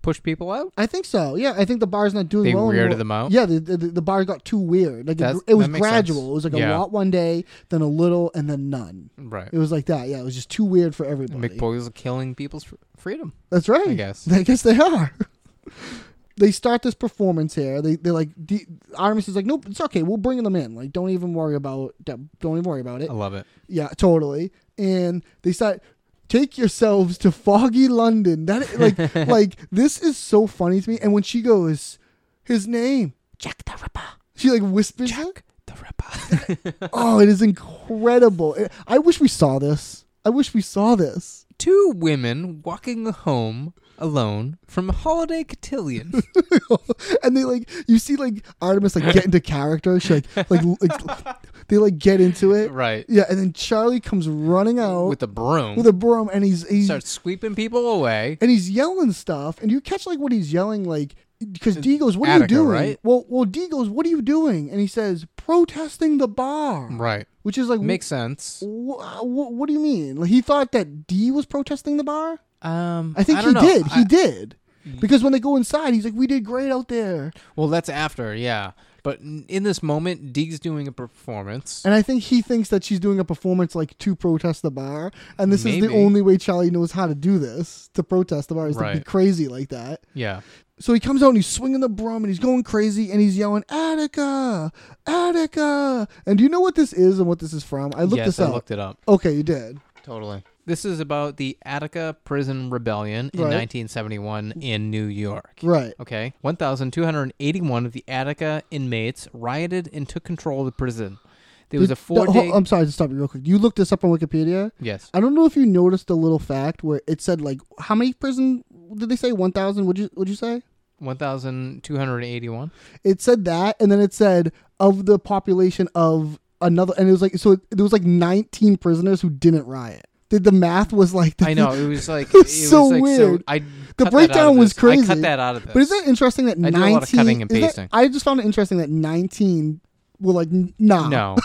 B: push people out.
A: I think so. Yeah, I think the bar's not doing
B: They
A: well.
B: weirded
A: anymore.
B: them out?
A: Yeah, the, the, the bar got too weird. Like it,
B: That's-
A: it was
B: that makes
A: gradual.
B: sense.
A: It was like a
B: Yeah.
A: lot one day, then a little, and then none.
B: Right.
A: It was like that. Yeah, it was just too weird for everybody.
B: McBoyle's killing people's fr- freedom.
A: That's right. I
B: guess.
A: I guess they are. they start this performance here. They they're like the Artemis is like, nope, it's okay. We'll bring them in. Like, don't even worry about that. Don't even worry about it.
B: I love it.
A: Yeah, totally. And they start take yourselves to foggy London. That like like this is so funny to me. And when she goes, his name Jack the Ripper. She like whispers it.
B: The Ripper.
A: Oh, it is incredible. I wish we saw this. I wish we saw this.
B: Two women walking home alone from a holiday cotillion.
A: and they like you see like Artemis like get into character. She like like, like they like get into it.
B: Right.
A: Yeah, and then Charlie comes running out
B: with a broom.
A: with a broom and he's he's
B: starts sweeping people away.
A: and he's yelling stuff and you catch like what he's yelling like because D goes, "What
B: Attica,
A: are you doing?"
B: right?
A: Well, well, D goes, "What are you doing?" And he says, "Protesting the bar,"
B: Right.
A: which is like
B: Makes sense.
A: Wh- wh- what do you mean? Like, he thought that D was protesting the bar.
B: Um,
A: I think
B: don't
A: he
B: know.
A: did.
B: I- Mm.
A: he did. Because when they go inside, he's like, "We did great out there,"
B: Well, that's after, yeah. But n- in this moment, Dee's doing a performance.
A: And I think he thinks that she's doing a performance like to protest the bar. And this is the
B: Maybe.
A: only way Charlie knows how to do this to protest the bar is to be
B: Right.
A: crazy like that.
B: Yeah.
A: So he comes out and he's swinging the broom and he's going crazy and he's yelling, Attica, Attica. And do you know what this is and what this is from? I looked
B: yes,
A: this
B: I
A: up.
B: looked it up.
A: Okay, you did.
B: Totally. This is about the Attica Prison Rebellion in
A: Right.
B: 1971 in New York.
A: Right.
B: Okay. 1,281 of the Attica inmates rioted and took control of the prison. There was a four
A: No,
B: day.
A: hol- I'm sorry to stop you real quick. You looked this up on Wikipedia.
B: Yes.
A: um, I don't know if you noticed a little fact where it said like how many prison did they say one thousand? Would you would you say?
B: 1,281.
A: it said that and then it said of the population of another and it was like so it, there was like 19 prisoners who didn't riot did the math was like
B: I know. It was like.
A: It's
B: it
A: so
B: was like,
A: weird.
B: So I
A: the
B: cut that out of
A: breakdown was
B: this.
A: crazy
B: I cut that out of this.
A: but isn't it interesting that 19
B: I do a lot of cutting and
A: is that-
B: pasting.
A: i just found it interesting that 19 were like n- nah
B: No.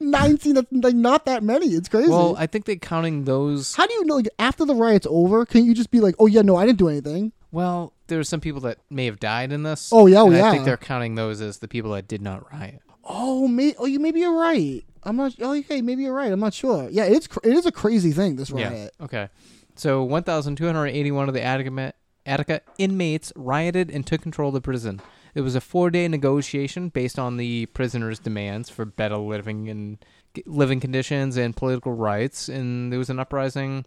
A: 19 that's like not that many it's crazy
B: well, I think they're counting those.
A: how do you know like after the riot's over can you just be like oh yeah no i didn't do anything
B: Well, there's some people that may have died in this.
A: Oh, yeah, oh,
B: and
A: yeah.
B: I think they're counting those as the people that did not riot.
A: oh may oh you maybe you're right i'm not oh, okay maybe you're right i'm not sure yeah it's cr- it is a crazy thing this riot
B: Yeah. Okay. So 1,281 of the Attica, Attica inmates rioted and took control of the prison. It was a four day negotiation based on the prisoners' demands for better living and living conditions and political rights, and there was an uprising.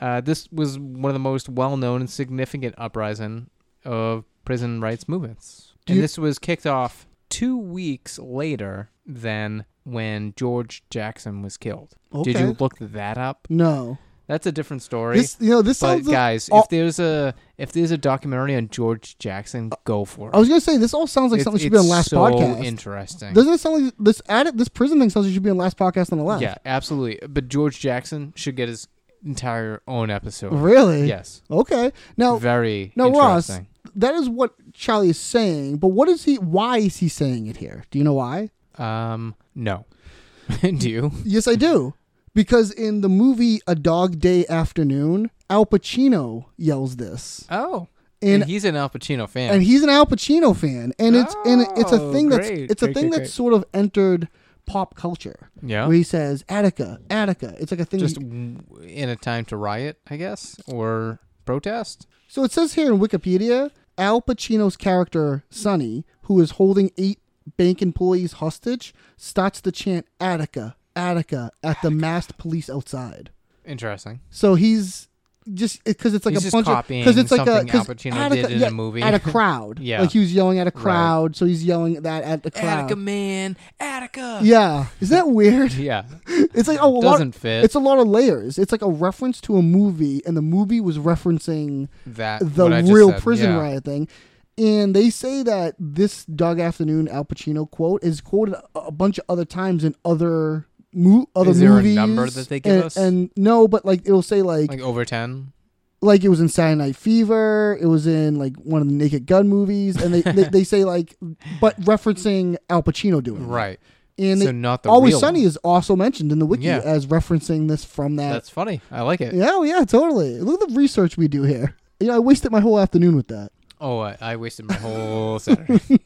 B: Uh, this was one of the most well known and significant uprising of prison rights movements.
A: Do
B: and
A: you-
B: this was kicked off two weeks later than when George Jackson was killed. Did you
A: Okay.
B: look that up?
A: No.
B: That's a different story.
A: This, you know, this
B: But
A: sounds. like-
B: guys,
A: all-
B: if there's a if there's a documentary on George Jackson, go for it.
A: I was gonna say this all sounds Oh, like something
B: It-
A: should be on
B: it's
A: last
B: so
A: podcast.
B: Interesting.
A: Doesn't it sound like this added this prison thing sounds like it should be on last podcast on the left?
B: yeah, absolutely. But George Jackson should get his entire own episode.
A: Really?
B: Yes.
A: Okay. Now
B: Very
A: now Ross,
B: interesting.
A: that is what Charlie is saying, but what is he why is he saying it here? Do you know why?
B: Um, no. Do you?
A: Yes, I do. Because in the movie A Dog Day Afternoon, Al Pacino yells this.
B: Oh,
A: And-
B: and he's an Al Pacino fan.
A: and he's an Al Pacino fan, and it's and it's a
B: Oh,
A: thing that's
B: great,
A: it's a
B: great,
A: thing
B: great,
A: that's
B: great.
A: sort of entered pop culture.
B: Yeah.
A: where he says Attica, Attica. It's like a thing.
B: just
A: you-
B: w- in a time to riot, I guess, or protest.
A: so it says here in Wikipedia, Al Pacino's character Sonny, who is holding eight bank employees hostage, starts to chant Attica, Attica at the masked police outside.
B: Interesting.
A: So he's just because it's like
B: He's
A: a
B: just
A: bunch
B: copying
A: of because it's like a
B: something Al
A: 'cause
B: Pacino did in
A: yeah,
B: a movie.
A: at a crowd.
B: Yeah.
A: like he was yelling at a crowd, so he's yelling that at the crowd.
B: Attica man, Attica.
A: Yeah, is that weird?
B: Yeah.
A: It's like oh, a lot-
B: Doesn't fit.
A: It's a lot of layers. It's like a reference to a movie, and the movie was referencing
B: That what I
A: the
B: just
A: real
B: said,
A: prison
B: yeah.
A: riot thing. And they say that this Dog Afternoon Al Pacino quote is quoted a, a bunch of other times in other mo- other
B: Is there a
A: movies.
B: number that they give
A: and,
B: us?
A: And no, but like it'll say like, like
B: Like over ten.
A: it was in Saturday Night Fever. It was in like one of the Naked Gun movies, and they they, they say like, but referencing Al Pacino doing it.
B: Right.
A: And
B: So
A: they-
B: not the
A: Always
B: real
A: Sunny
B: one.
A: is also mentioned in the wiki
B: Yeah.
A: as referencing this from that.
B: That's funny. I like it.
A: yeah, oh, yeah, totally. Look at the research we do here. You know, I wasted my whole afternoon with that.
B: Oh, I, I wasted my whole Saturday.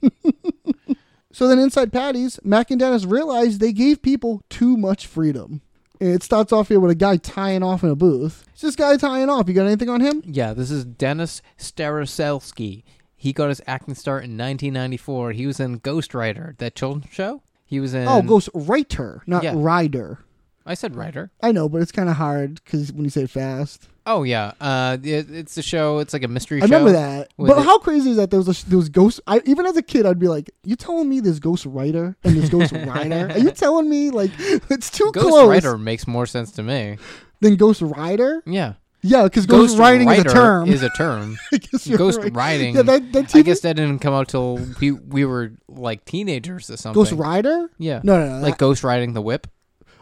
A: So then, inside Patty's, Mac and Dennis realized they gave people too much freedom. And it starts off here with a guy tying off in a booth. It's this guy tying off. You got anything on him?
B: yeah, this is Dennis Staroselsky. He got his acting start in 1994. He was in Ghost Rider, that children's show. He was in.
A: oh, Ghost Writer, not
B: Yeah.
A: Rider.
B: I said writer.
A: I know, but it's kind of hard because when you say it fast,
B: Oh yeah, uh, it, it's a show. It's like a mystery
A: I
B: show.
A: remember that.
B: with
A: But
B: it-
A: how crazy is that? There was a, sh- there was Ghost. I even as a kid, I'd be like, "You telling me there's Ghost Rider and there's Ghost Rider? Are you telling me like it's too
B: Ghost
A: close
B: Rider makes more sense to me.
A: than Ghost Rider?
B: Yeah,
A: Yeah, because Ghost, Riding
B: Rider
A: is a term.
B: Is a term.
A: I guess you're
B: Ghost
A: right.
B: Riding.
A: Yeah, that, that
B: I
A: TV
B: guess that didn't come out till we we were like teenagers or something.
A: Ghost Rider?
B: Yeah.
A: No, no, no.
B: Like Ghost Riding the Whip.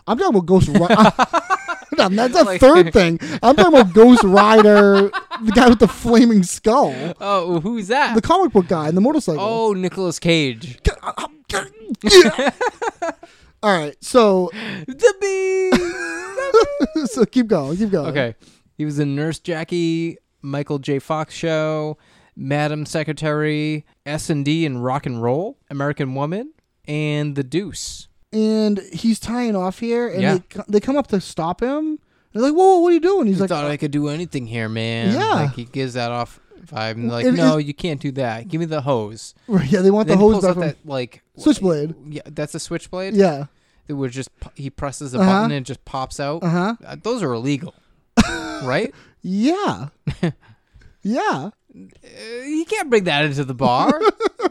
A: I'm talking about Ghost Rider. no, that's a third thing. I'm talking about Ghost Rider, the guy with the flaming skull,
B: Oh, who's that?
A: the comic book guy, and the motorcycle.
B: oh, Nicolas Cage.
A: All right, so
B: the bee.
A: so keep going, keep going.
B: Okay. He was in Nurse Jackie, Michael J. Fox Show, Madam Secretary, S and D and Rock and Roll, American Woman, and The Deuce.
A: and he's tying off here, and
B: Yeah.
A: they, co- they come up to stop him. They're like, "Whoa, what are you doing?" He's
B: I
A: like, uh,
B: thought I could do anything here, man.
A: Yeah.
B: Like he gives that off vibe and like,
A: It
B: no,
A: is-
B: you can't do that. Give me the hose.
A: "Yeah, they want the
B: Then he
A: hose
B: pulls
A: back
B: out
A: from
B: that like
A: switchblade."
B: Yeah, that's a switchblade.
A: Yeah,
B: That would just pu- he presses a
A: Uh-huh.
B: button and it just pops out.
A: Uh-huh.
B: Uh, Those are illegal. right?
A: yeah, yeah.
B: You can't bring that into the bar.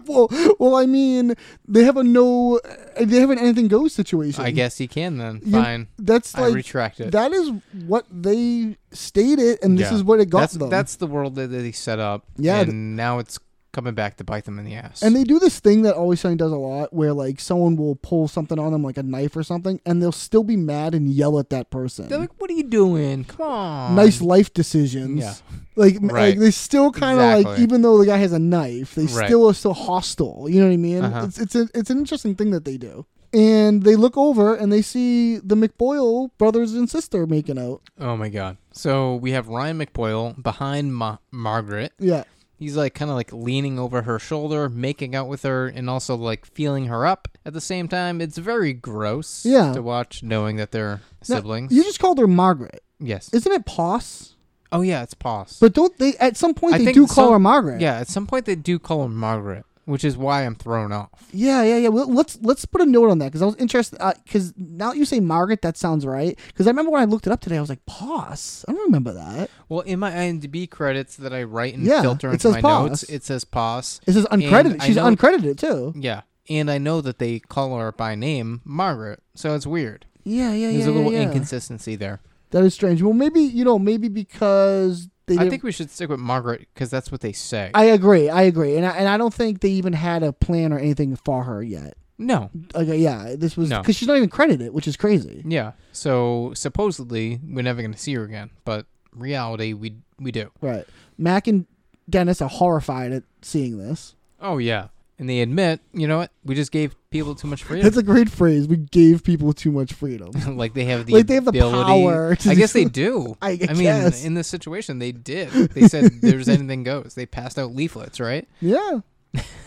A: Well, well, I mean, they have a no, they have an anything goes situation.
B: I guess he can then.
A: You-
B: Fine.
A: That's
B: I
A: like
B: retract it.
A: That is what they stated, and this
B: Yeah.
A: is what it got
B: that's,
A: them.
B: That's the world that they set up.
A: Yeah,
B: Yeah,
A: th-
B: and now it's coming back to bite them in the ass.
A: and they do this thing that Always Sunny does a lot, where like someone will pull something on them, like a knife or something, and they'll still be mad and yell at that person.
B: are like, "What are you doing? Come on."
A: nice life decisions.
B: Yeah.
A: Like, m-
B: Right.
A: like they still kind of like,
B: Exactly.
A: even though the guy has a knife, they
B: Right.
A: still are still hostile. You know what I mean?
B: Uh-huh.
A: It's it's a, it's an interesting thing that they do. And they look over and they see the McBoyle brothers and sister making out.
B: Oh my god. So we have Ryan McBoyle behind Ma- Margaret.
A: Yeah,
B: He's like kind of like leaning over her shoulder, making out with her, and also like feeling her up at the same time. It's very gross.
A: Yeah.
B: To watch, knowing that they're
A: Now,
B: siblings.
A: you just called her Margaret,
B: yes.
A: isn't it? Poss.
B: oh yeah, it's Poss.
A: But don't they at some point
B: I
A: they
B: think
A: do call
B: some-
A: her Margaret?
B: Yeah. At some point they do call her Margaret, which is why I'm thrown off.
A: Yeah, yeah, yeah. Well, let's let's put a note on that because I was interested. Because now that you say Margaret, that sounds right. Because I remember when I looked it up today, I was like, "Pause." I don't remember that.
B: Well, in my IMDb credits that I write and
A: Yeah,
B: filter
A: it
B: into
A: says
B: my
A: Pos.
B: notes, it says pause.
A: This is uncredited. She's
B: uncredited.
A: uncredited too.
B: Yeah. And I know that they call her by name Margaret, so it's weird.
A: Yeah, yeah, yeah.
B: There's a
A: yeah,
B: little
A: yeah.
B: inconsistency there.
A: That is strange. Well, maybe you know, maybe because they.
B: I
A: didn't-
B: think we should stick with Margaret because that's what they say.
A: I agree. I agree, and I, and I don't think they even had a plan or anything for her yet.
B: no.
A: Like, uh, yeah, this was
B: No.
A: because she's not even credited, which is crazy.
B: Yeah. So supposedly we're never going to see her again, but reality we we do.
A: Right. Mac and Dennis are horrified at seeing this.
B: Oh yeah. And they admit, you know what? We just gave people too much freedom.
A: That's a great phrase. We gave people too much freedom.
B: like they have the
A: Like, they have the
B: ability.
A: power to
B: I guess
A: do-
B: they do.
A: I
B: mean,
A: guess.
B: in this situation, they did. They said there's anything goes. They passed out leaflets, right?
A: yeah.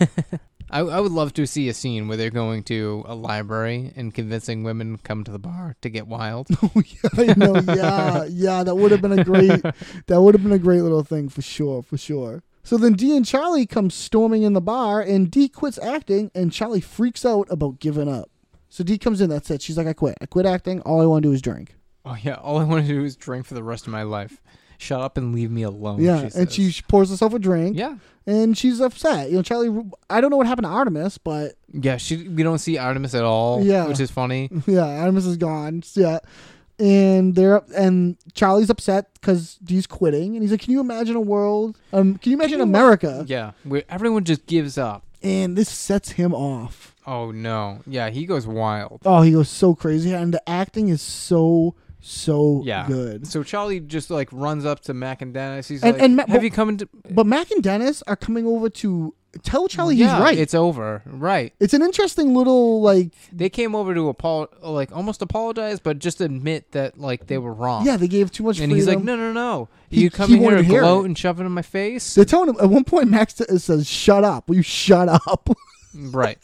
B: I, I would love to see a scene where they're going to a library and convincing women to come to the bar to get wild.
A: I know. Yeah, yeah. That would have been a great. That would have been a great little thing for sure, for sure. So then Dee and Charlie come storming in the bar, and Dee quits acting, and Charlie freaks out about giving up. So Dee comes in. That's it. She's like, I quit. I quit acting. All I want to do is drink.
B: oh yeah, all I want to do is drink for the rest of my life. Shut up and leave me alone.
A: yeah,
B: she
A: and
B: says.
A: she pours herself a drink.
B: Yeah.
A: and she's upset. You know, Charlie. I don't know what happened to Artemis, but
B: yeah she we don't see Artemis at all.
A: Yeah.
B: which is funny.
A: Yeah, Artemis is gone. Yeah. And they're and Charlie's upset because he's quitting, and he's like, "Can you imagine a world? Um, can you imagine America?"
B: Yeah, where everyone just gives up.
A: And this sets him off.
B: Oh no, yeah, he goes wild.
A: Oh, he goes so crazy, and the acting is so so
B: Yeah,
A: good.
B: So Charlie just like runs up to Mac and Dennis. He's
A: And-
B: like,
A: and Ma-
B: "Have
A: but-
B: you come into?"
A: But Mac and Dennis are coming over to tell Charlie
B: yeah,
A: he's right. It's,
B: It's over. Right.
A: an interesting little like
B: They came over to apol like almost apologize, but just admit that like they were wrong.
A: yeah, they gave too much.
B: And he's like,
A: freedom.
B: no, no, no.
A: He-
B: you come
A: he
B: in here
A: wanted
B: and
A: to hear
B: gloat
A: it.
B: and shove it in my face.
A: They're telling him at one point. Max t- says, "Shut up! Will you shut up?"
B: right.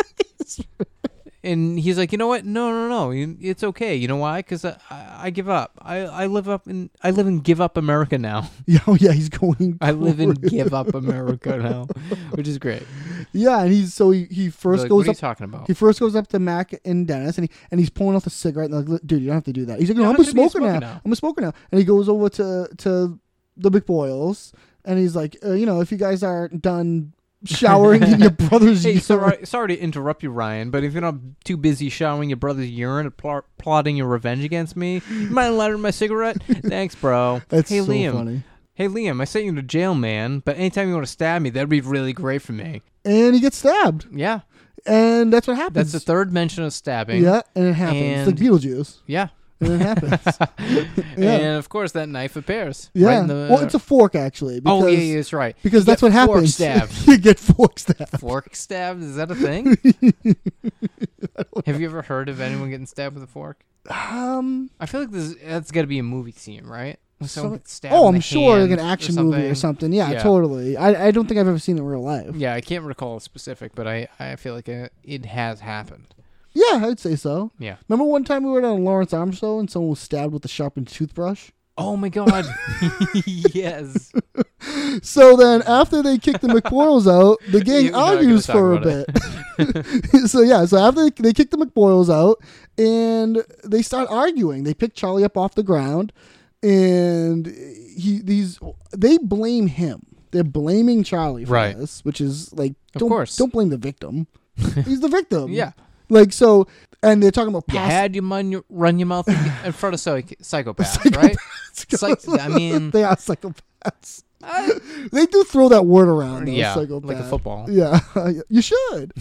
B: and he's like, you know what? No, no, no. You- It's okay. You know why? Because I, I, I give up. I, I live up in I live in give up America now.
A: yeah, oh, yeah, he's going.
B: I live in give up America now, which is great.
A: Yeah, and he's so he, he first
B: Like,
A: goes
B: what are you
A: up.
B: talking about?
A: He first goes up to Mac and Dennis, and he and he's pulling off the cigarette. And like, dude, you don't have to do that. He's like, no,
B: You
A: I'm
B: don't
A: a
B: have to be a
A: smoker now.
B: smoker now."
A: I'm a smoker now. And he goes over to to the McBoyles, and he's like, uh, you know, if you guys aren't done showering in your brother's
B: Hey,
A: urine,
B: sorry, sorry to interrupt you, Ryan, but if you're not too busy showering your brother's urine and pl- plotting your revenge against me, you mind lighting my cigarette? Thanks, bro.
A: That's
B: hey,
A: so
B: Liam.
A: funny.
B: Hey, Liam, I sent you to jail, man, but anytime you want to stab me, that'd be really great for me.
A: and he gets stabbed,
B: Yeah.
A: and that's what happens.
B: That's the third mention of stabbing.
A: yeah, and it happens. It's like
B: And-
A: Beetlejuice,
B: Yeah.
A: and it happens.
B: And of course, that knife appears.
A: yeah,
B: Right in the-
A: well, it's a fork actually. Because,
B: Oh, yeah, yeah, that's right.
A: Because
B: You
A: that's
B: get
A: what
B: Fork
A: happens.
B: stabbed.
A: you get fork stabbed.
B: fork stabbed? Is that a thing? Have you ever heard of anyone getting stabbed with a fork?
A: Um.
B: I feel like this that's got to be a movie scene, right? When someone
A: Some-
B: gets stabbed
A: oh,
B: in
A: I'm
B: the
A: sure like an
B: hand
A: action movie or something. Yeah, totally. I, I don't think I've ever seen it in real life.
B: Yeah, I can't recall a specific, but I, I feel like it, it has happened.
A: Yeah, I'd say so.
B: Yeah.
A: Remember one time we were down at Lawrence Arm show and someone was stabbed with a sharpened toothbrush?
B: Oh my god. yes.
A: So then after they kick the McBoyles out, the gang
B: You- you're not
A: argues
B: gonna
A: for a
B: talk about
A: bit. so yeah, so after they, they kick the McBoyles out and they start arguing. They pick Charlie up off the ground and he these they blame him. They're blaming Charlie for
B: Right.
A: this, which is like
B: Of
A: don't
B: course.
A: don't blame the victim. He's the victim.
B: Yeah.
A: Like so and they're talking about
B: You
A: past
B: had your mun- run your mouth in front of psych- psychopaths, right? Psych- I mean,
A: they are psychopaths. they do throw that word around. Though,
B: Yeah,
A: psychopath.
B: like a football.
A: Yeah, you should.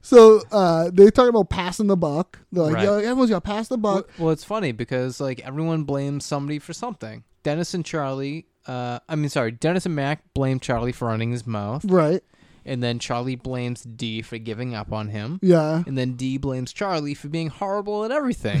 A: so uh, they talk about passing the buck. They're like,
B: Right.
A: "Yo, everyone's got to pass the buck.
B: well, it's funny because like everyone blames somebody for something. Dennis and Charlie, uh, I mean, sorry, Dennis and Mac blame Charlie for running his mouth,
A: Right?
B: and then Charlie blames D for giving up on him,
A: Yeah.
B: and then D blames Charlie for being horrible at everything.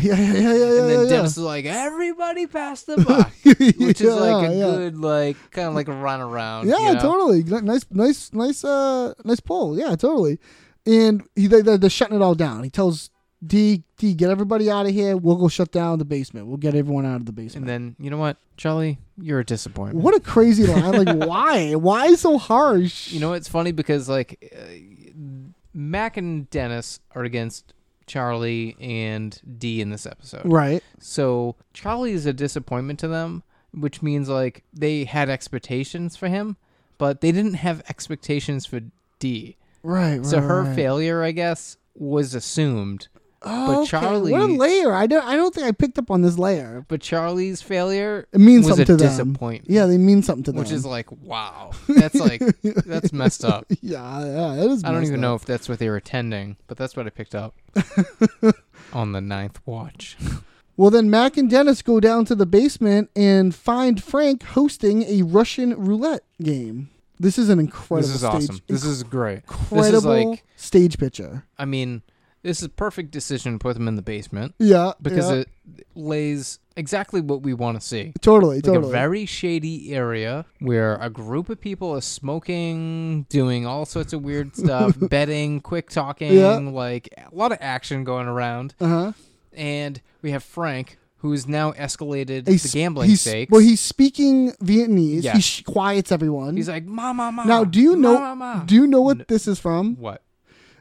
A: Yeah, yeah, yeah, yeah.
B: And
A: yeah,
B: then
A: yeah.
B: Dennis is like, everybody pass the buck, which is like a
A: Yeah, yeah.
B: good, like, kind of like a runaround.
A: Yeah,
B: you know?
A: totally. N- Nice, nice, nice, uh, nice pull. Yeah, totally. And he, they, they're, they're shutting it all down. He tells D, D, get everybody out of here. We'll go shut down the basement. We'll get everyone out of the basement.
B: And then you know what, Charlie, you're a disappointment.
A: What a crazy line! Like, why? Why so harsh?
B: You know, it's funny because like uh, Mac and Dennis are against Charlie and D in this episode.
A: right?
B: So Charlie is a disappointment to them, which means like they had expectations for him, but they didn't have expectations for D.
A: Right, right.
B: So her
A: right.
B: failure, I guess, was assumed.
A: Oh,
B: but
A: okay.
B: Charlie,
A: What a layer! I don't. I don't think I picked up on this layer.
B: but Charlie's failure
A: It means
B: was
A: something to
B: a
A: them.
B: disappointment.
A: Yeah, they mean something to them.
B: which is like wow, that's like that's messed up.
A: yeah, yeah, that is.
B: I don't
A: messed
B: even
A: up.
B: know if that's what they were attending, but that's what I picked up on the ninth watch.
A: Well, then Mac and Dennis go down to the basement and find Frank hosting a Russian roulette game. This is an incredible.
B: this is
A: stage,
B: awesome. This is great. This is
A: incredible
B: like,
A: stage picture.
B: I mean, this is a perfect decision to put them in the basement
A: Yeah,
B: because
A: yeah.
B: it lays exactly what we want to see.
A: totally,
B: Like
A: totally.
B: a very shady area where a group of people is smoking, doing all sorts of weird stuff, betting, quick talking,
A: Yeah.
B: like a lot of action going around.
A: uh-huh.
B: And we have Frank, who's now escalated
A: A
B: the
A: sp-
B: gambling
A: he's,
B: stakes.
A: Well, he's speaking Vietnamese.
B: Yeah.
A: He sh- quiets everyone.
B: He's like, ma, ma, ma.
A: now, do you
B: ma,
A: know?
B: ma, ma."
A: Do you Oh. know what this is from?
B: what?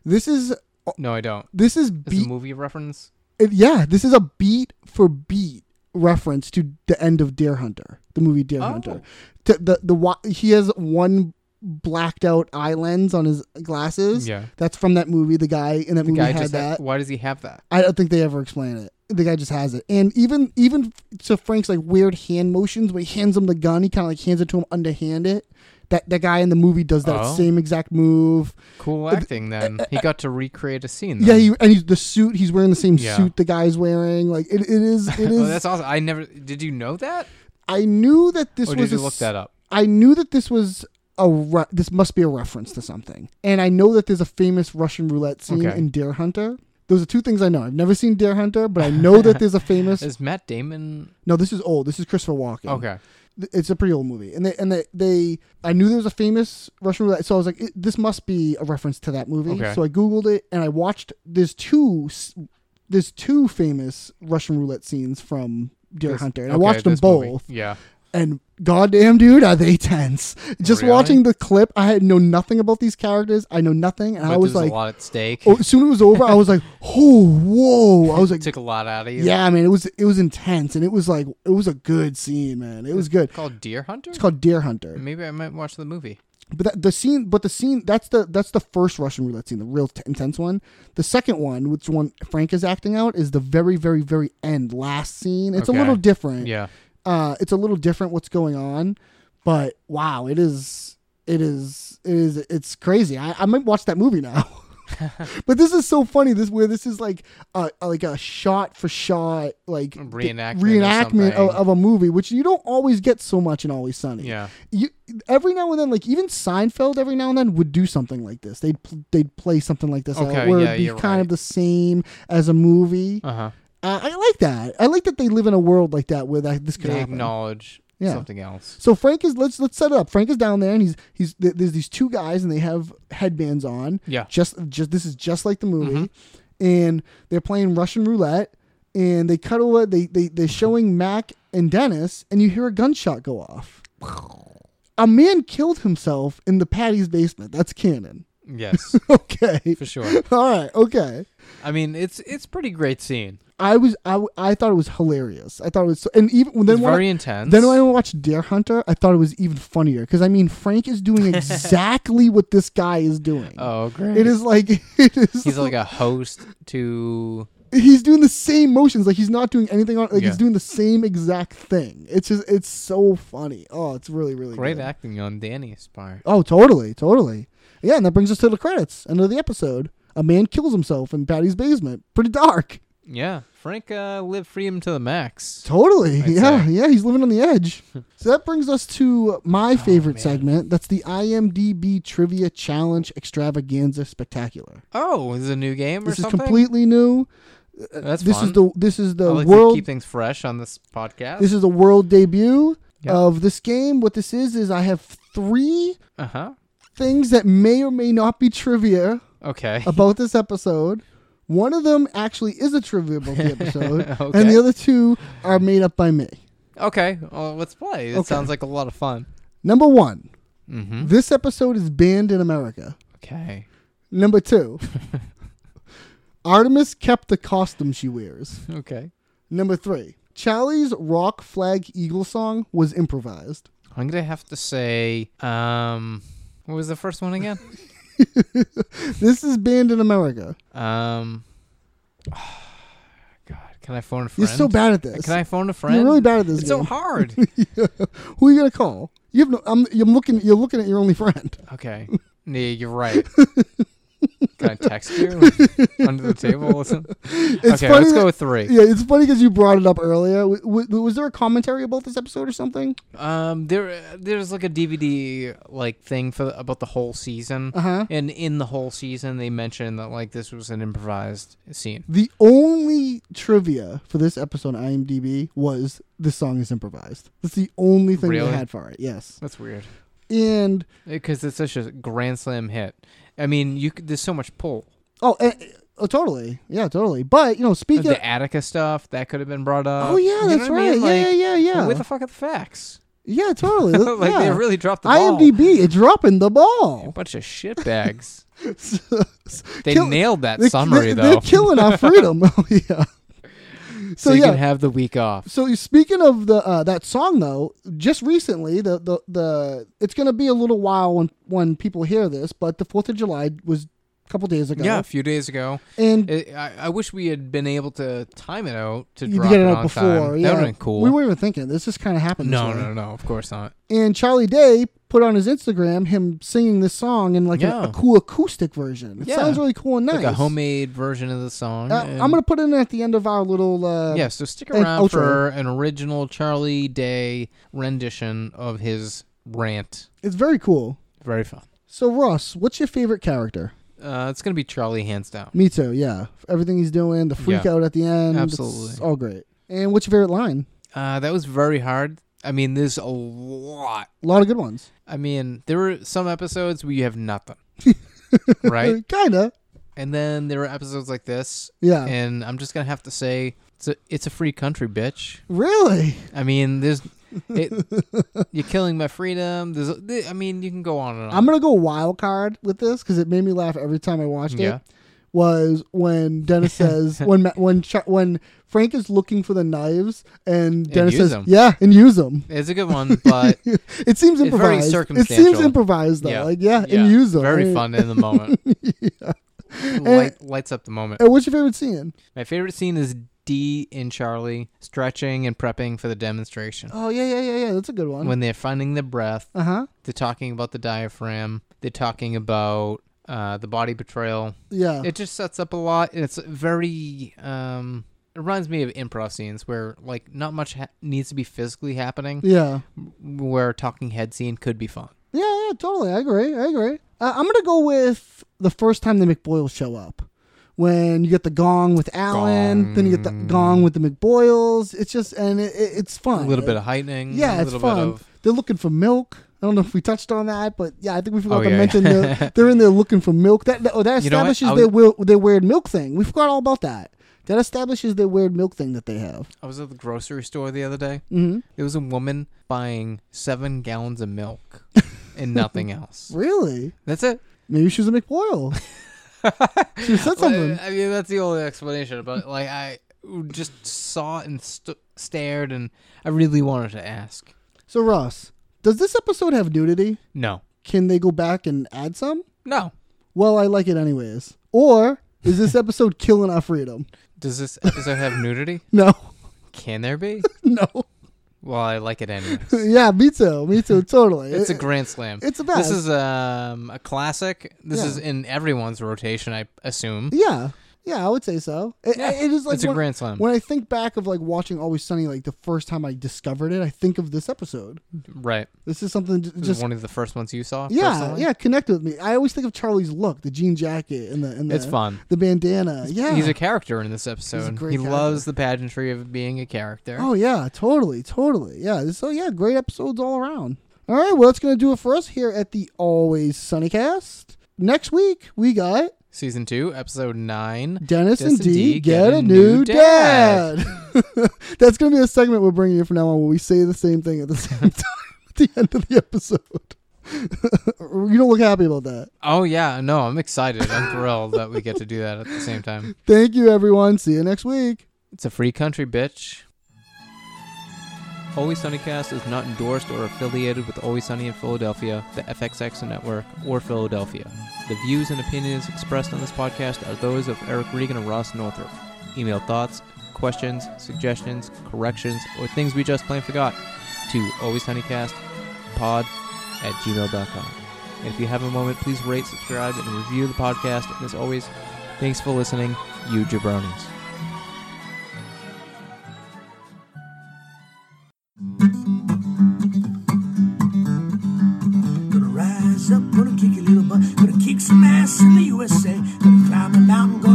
A: This is
B: No, I don't.
A: this is
B: Is
A: beat.
B: the movie reference?
A: it- yeah, this is a beat for beat reference to the end of Deer Hunter, the movie Deer
B: Oh.
A: Hunter. The, the the wa- he has one blacked out eye lens on his glasses.
B: Yeah.
A: that's from that movie. The guy in that movie
B: Guy
A: had
B: just ha-
A: that.
B: why does he have that?
A: I don't think they ever explain it. The guy just has it, and even even to Frank's like weird hand motions when he hands him the gun, he kind of like hands it to him underhand it. That that guy in the movie does that
B: Oh.
A: same exact move.
B: Cool acting then. He got to recreate a scene.
A: Yeah,
B: then.
A: he and he's the suit. He's wearing the same
B: Um, Yeah.
A: suit the guy's wearing. Like it, it is. It is.
B: Oh, that's awesome. I never did. You know that?
A: I knew that this
B: Or
A: was.
B: did Oh, you
A: a
B: look
A: s-
B: that up?
A: I knew that this was a. Re- this must be a reference to something, and I know that there's a famous Russian roulette scene
B: Okay.
A: in Deer Hunter. Those are two things I know. I've never seen Deer Hunter, but I know that there's a famous.
B: Is Matt Damon?
A: no, this is old. This is Christopher Walken.
B: Okay.
A: Th- it's a pretty old movie, and they and they, they I knew there was a famous Russian roulette, so I was like, it, this must be a reference to that movie.
B: Okay.
A: So I googled it and I watched. There's two. s- There's two famous Russian roulette scenes from Deer Hunter, and I
B: Okay,
A: watched them
B: this movie.
A: both
B: Yeah.
A: and goddamn dude are they tense just
B: Really?
A: watching the clip i had know nothing about these characters i know nothing and
B: But
A: i was
B: there's
A: like
B: a lot at stake.
A: oh, as soon as it was over i was like oh whoa i was like
B: Took a lot out of you.
A: yeah man it was it was intense and it was like it was a good scene man it was good
B: Called Deer Hunter.
A: it's called deer hunter
B: Maybe I might watch the movie.
A: but that, the scene but the scene that's the that's the first russian roulette scene the real t- intense one the second one which one frank is acting out is the very very very end last scene it's
B: Okay.
A: a little different
B: Yeah.
A: uh it's a little different what's going on but wow it is it is it is it's crazy i, I might watch that movie now but this is so funny this where this is like a, a- like a shot for shot like d-
B: Reenactment or
A: reenactment of,
B: something.
A: of a movie which you don't always get so much in always sunny
B: Yeah.
A: you every now and then like even seinfeld every now and then would do something like this they'd pl- they'd play something like this out
B: Okay,
A: where
B: yeah,
A: it'd be
B: you're
A: kind of
B: right.
A: the same as a movie
B: Uh huh.
A: uh, I like that. I like that they live in a world like that where that, this could
B: They
A: happen.
B: acknowledge
A: Yeah.
B: something else.
A: So Frank is let's let's set it up. Frank is down there and he's he's th- there's these two guys and they have headbands on.
B: Yeah. Mm-hmm.
A: Just just this is just like the movie, and they're playing Russian roulette and they cut over. They they they're showing Mac and Dennis and you hear a gunshot go off. A man killed himself in the Patty's basement. That's canon.
B: Yes,
A: Okay.
B: for sure.
A: All right. Okay.
B: I mean, it's it's pretty great scene.
A: I was I, w- I thought it was hilarious. I thought it was so, and even then
B: It's
A: when I-
B: very intense.
A: Then when I watched Deer Hunter, I thought it was even funnier because I mean Frank is doing exactly what this guy is doing.
B: Oh, great.
A: It is like it is.
B: He's like a host to
A: he's doing the same motions. Like he's not doing anything on. Like
B: Yeah.
A: he's doing the same exact thing. It's just it's so funny. Oh, it's really really
B: great
A: good.
B: acting on Danny's part.
A: Oh, totally, totally. Yeah, and that brings us to the credits. End of the episode. A man kills himself in Patty's basement. Pretty dark.
B: Yeah, Frank uh, lived freedom to the max.
A: Totally.
B: I'd
A: yeah,
B: say.
A: yeah, he's living on the edge. so that brings us to my
B: Oh,
A: favorite segment. That's the IMDb Trivia Challenge Extravaganza Spectacular.
B: Oh, is it a new game or
A: This is
B: something?
A: completely new.
B: That's
A: this
B: fun.
A: is the this is
B: I
A: the
B: like to
A: world
B: keep things fresh on this podcast.
A: this is the world debut
B: Yeah.
A: of this game. What this is is I have 3
B: uh huh.
A: things that may or may not be trivia
B: Okay.
A: about this episode. One of them actually is a trivia about the episode, and
B: Okay.
A: the other two are made up by me.
B: Okay, well, let's play. It
A: Okay.
B: sounds like a lot of fun.
A: Number one,
B: Mm-hmm.
A: this episode is banned in America.
B: Okay.
A: Number two, Artemis kept the costume she wears.
B: Okay.
A: Number three, Charlie's Rock Flag Eagle song was improvised.
B: I'm going to have to say, um, what was the first one again?
A: This is banned in America.
B: um, God, can I phone a
A: You're
B: friend?
A: so bad at this.
B: Can I phone a friend?
A: really bad at this
B: It's so
A: game.
B: hard.
A: Who are you gonna call? You have no. I'm, I'm looking. You're looking at your only friend.
B: okay. Yeah, you're right. Can I text you under the table? Listen. okay, let's
A: that-
B: go with three.
A: Yeah, it's funny because you brought it up earlier. W- w- was there a commentary about this episode or something?
B: Um, there, there's like a DVD like thing for about the whole season, uh-huh. and in the whole season they mentioned that like this was an improvised scene.
A: The only trivia for this episode on IMDb was this song is improvised. That's the only thing
B: Really?
A: they had for it. Yes,
B: That's weird
A: and
B: because Uh, it's such a grand slam hit. I mean, you could, there's so much pull.
A: oh, eh, eh, oh, totally. Yeah, totally. But you know, speaking.
B: The Attica stuff that could have been brought up.
A: Oh, yeah,
B: You know
A: that's
B: what I mean?
A: right. Yeah,
B: Like,
A: yeah, yeah, yeah.
B: Where the fuck are the facts?
A: yeah, totally.
B: Like,
A: yeah.
B: they really dropped the ball.
A: IMDb, it's dropping the ball.
B: Bunch of shitbags. They
A: they
B: nailed that summary,
A: they,
B: though.
A: They're killing our freedom. oh yeah. So,
B: so you
A: yeah.
B: can have the week off.
A: so speaking of the uh, that song though, just recently the, the the it's gonna be a little while when when people hear this, but the Fourth of July was a couple days ago.
B: Yeah, a few days ago.
A: And
B: It, I, I wish we had been able to time it out to
A: you
B: drop
A: get
B: it,
A: it
B: on
A: out before.
B: time.
A: Yeah.
B: That would have been cool.
A: We weren't even thinking. This just kind of happened.
B: no,
A: this way.
B: no, no, of course not.
A: And Charlie Day put on his Instagram him singing this song in like a,
B: Yeah.
A: a cool acoustic version. It
B: Yeah.
A: sounds really cool and nice.
B: Like a homemade version of the song.
A: Uh,
B: and-
A: I'm gonna put it in at the end of our little. Uh,
B: yeah, so stick
A: an
B: around
A: outro.
B: for an original Charlie Day rendition of his rant.
A: It's very cool.
B: Very fun.
A: So Ross, what's your favorite character?
B: Uh, it's gonna be Charlie hands down.
A: Me too. Yeah, everything he's doing, the freak
B: Yeah.
A: out at the end, it's
B: Absolutely.
A: all great. And what's your favorite line?
B: Uh, that was very hard. I mean, there's a lot.
A: A lot of good ones.
B: I mean, there were some episodes where you have nothing, right?
A: Uh, Kinda.
B: And then there were episodes like this.
A: Yeah.
B: And I'm just gonna have to say, it's a it's a free country, bitch.
A: Really?
B: I mean, there's it, you're killing my freedom. There's, I mean, you can go on and on.
A: I'm gonna go wild card with this because it made me laugh every time I watched
B: Yeah.
A: it. Was when Dennis says when Ma- when Ch- when Frank is looking for the knives and Dennis
B: use
A: says
B: them.
A: yeah and use them.
B: It's a good one, but
A: it seems
B: very
A: improvised. it seems
B: circumstantial.
A: improvised though.
B: yeah,
A: Like yeah, and use them.
B: Very
A: I mean-
B: fun in the moment. Light, lights up the moment.
A: And Oh. what's your favorite scene?
B: My favorite scene is D and Charlie stretching and prepping for the demonstration.
A: Oh yeah, yeah, yeah, yeah. That's a good one.
B: When they're finding their breath,
A: uh huh.
B: they're talking about the diaphragm. They're talking about uh, the body betrayal.
A: Yeah.
B: It just sets up a lot, and it's very. Um, it reminds me of improv scenes where like not much ha- needs to be physically happening.
A: yeah.
B: Where a talking head scene could be fun.
A: Yeah, yeah, totally. I agree. I agree. Uh, I'm gonna go with the first time the McBoyles show up. When you get the gong with Alan, then you get the gong with the McBoyles. It's just and it, it, it's fun.
B: A little bit of heightening.
A: yeah,
B: a
A: it's
B: little
A: fun.
B: Bit of,
A: They're looking for milk. I don't know if we touched on that, but yeah, I think we forgot
B: Oh,
A: to
B: yeah,
A: mention
B: yeah.
A: they're, they're in there looking for milk. That, that- oh, that
B: You know what?
A: establishes
B: I
A: their will, their weird milk thing. We forgot all about that. That establishes their weird milk thing that they have.
B: I was at the grocery store the other day. Mm-hmm. There was a woman buying seven gallons of milk and nothing else.
A: Really?
B: That's it.
A: Maybe she was a McBoyle. she said something.
B: I mean, that's the only explanation. But like, I just saw and st- stared, and I really wanted to ask.
A: So Ross, does this episode have nudity?
B: No,
A: Can they go back and add some?
B: no.
A: Well, I like it anyways. Or is this episode killing our freedom?
B: Does this episode have nudity?
A: No,
B: Can there be?
A: no.
B: Well, I like it anyway.
A: yeah, me too. Me too. Totally.
B: It's a
A: It-
B: grand slam.
A: it's the
B: This
A: best.
B: is um, a classic. This
A: Yeah.
B: is in everyone's rotation, I assume.
A: Yeah. Yeah, I would say so. It,
B: Yeah,
A: it is like
B: it's a
A: when-
B: grand slam.
A: When I think back of like watching Always Sunny, like the first time I discovered it, I think of this episode.
B: Right.
A: This is something j-
B: This is
A: just
B: one of the first ones you saw.
A: yeah,
B: personally?
A: yeah, connect with me. I always think of Charlie's look, the jean jacket and the and the,
B: It's fun.
A: the bandana. yeah,
B: He's a character in this episode.
A: great
B: He
A: character.
B: loves the pageantry of being a character.
A: Oh yeah, totally, totally. Yeah. So yeah, great episodes all around. All right, well that's gonna do it for us here at the Always Sunnycast. Next week we got
B: Season 2, Episode 9.
A: Dennis, and Dee get, a new, dad. That's going to be a segment we're bringing you from now on where we say the same thing at the same time at the end of the episode. you don't look happy about that.
B: Oh, yeah. No, I'm excited. I'm thrilled that we get to do that at the same time.
A: Thank you, everyone. See you next week.
B: It's a free country, bitch. Always Sunnycast is not endorsed or affiliated with Always Sunny in Philadelphia, the FXX Network, or Philadelphia. The views and opinions expressed on this podcast are those of Eric Regan and Ross Northrup. Email thoughts, questions, suggestions, corrections, or things we just plain forgot to alwayssunnycastpod at gmail.com. And if you have a moment, please rate, subscribe, and review the podcast. And as always, thanks for listening, you jabronis.
F: Gonna rise up, gonna kick a little butt, gonna kick some ass in the USA. Gonna climb a mountain, gonna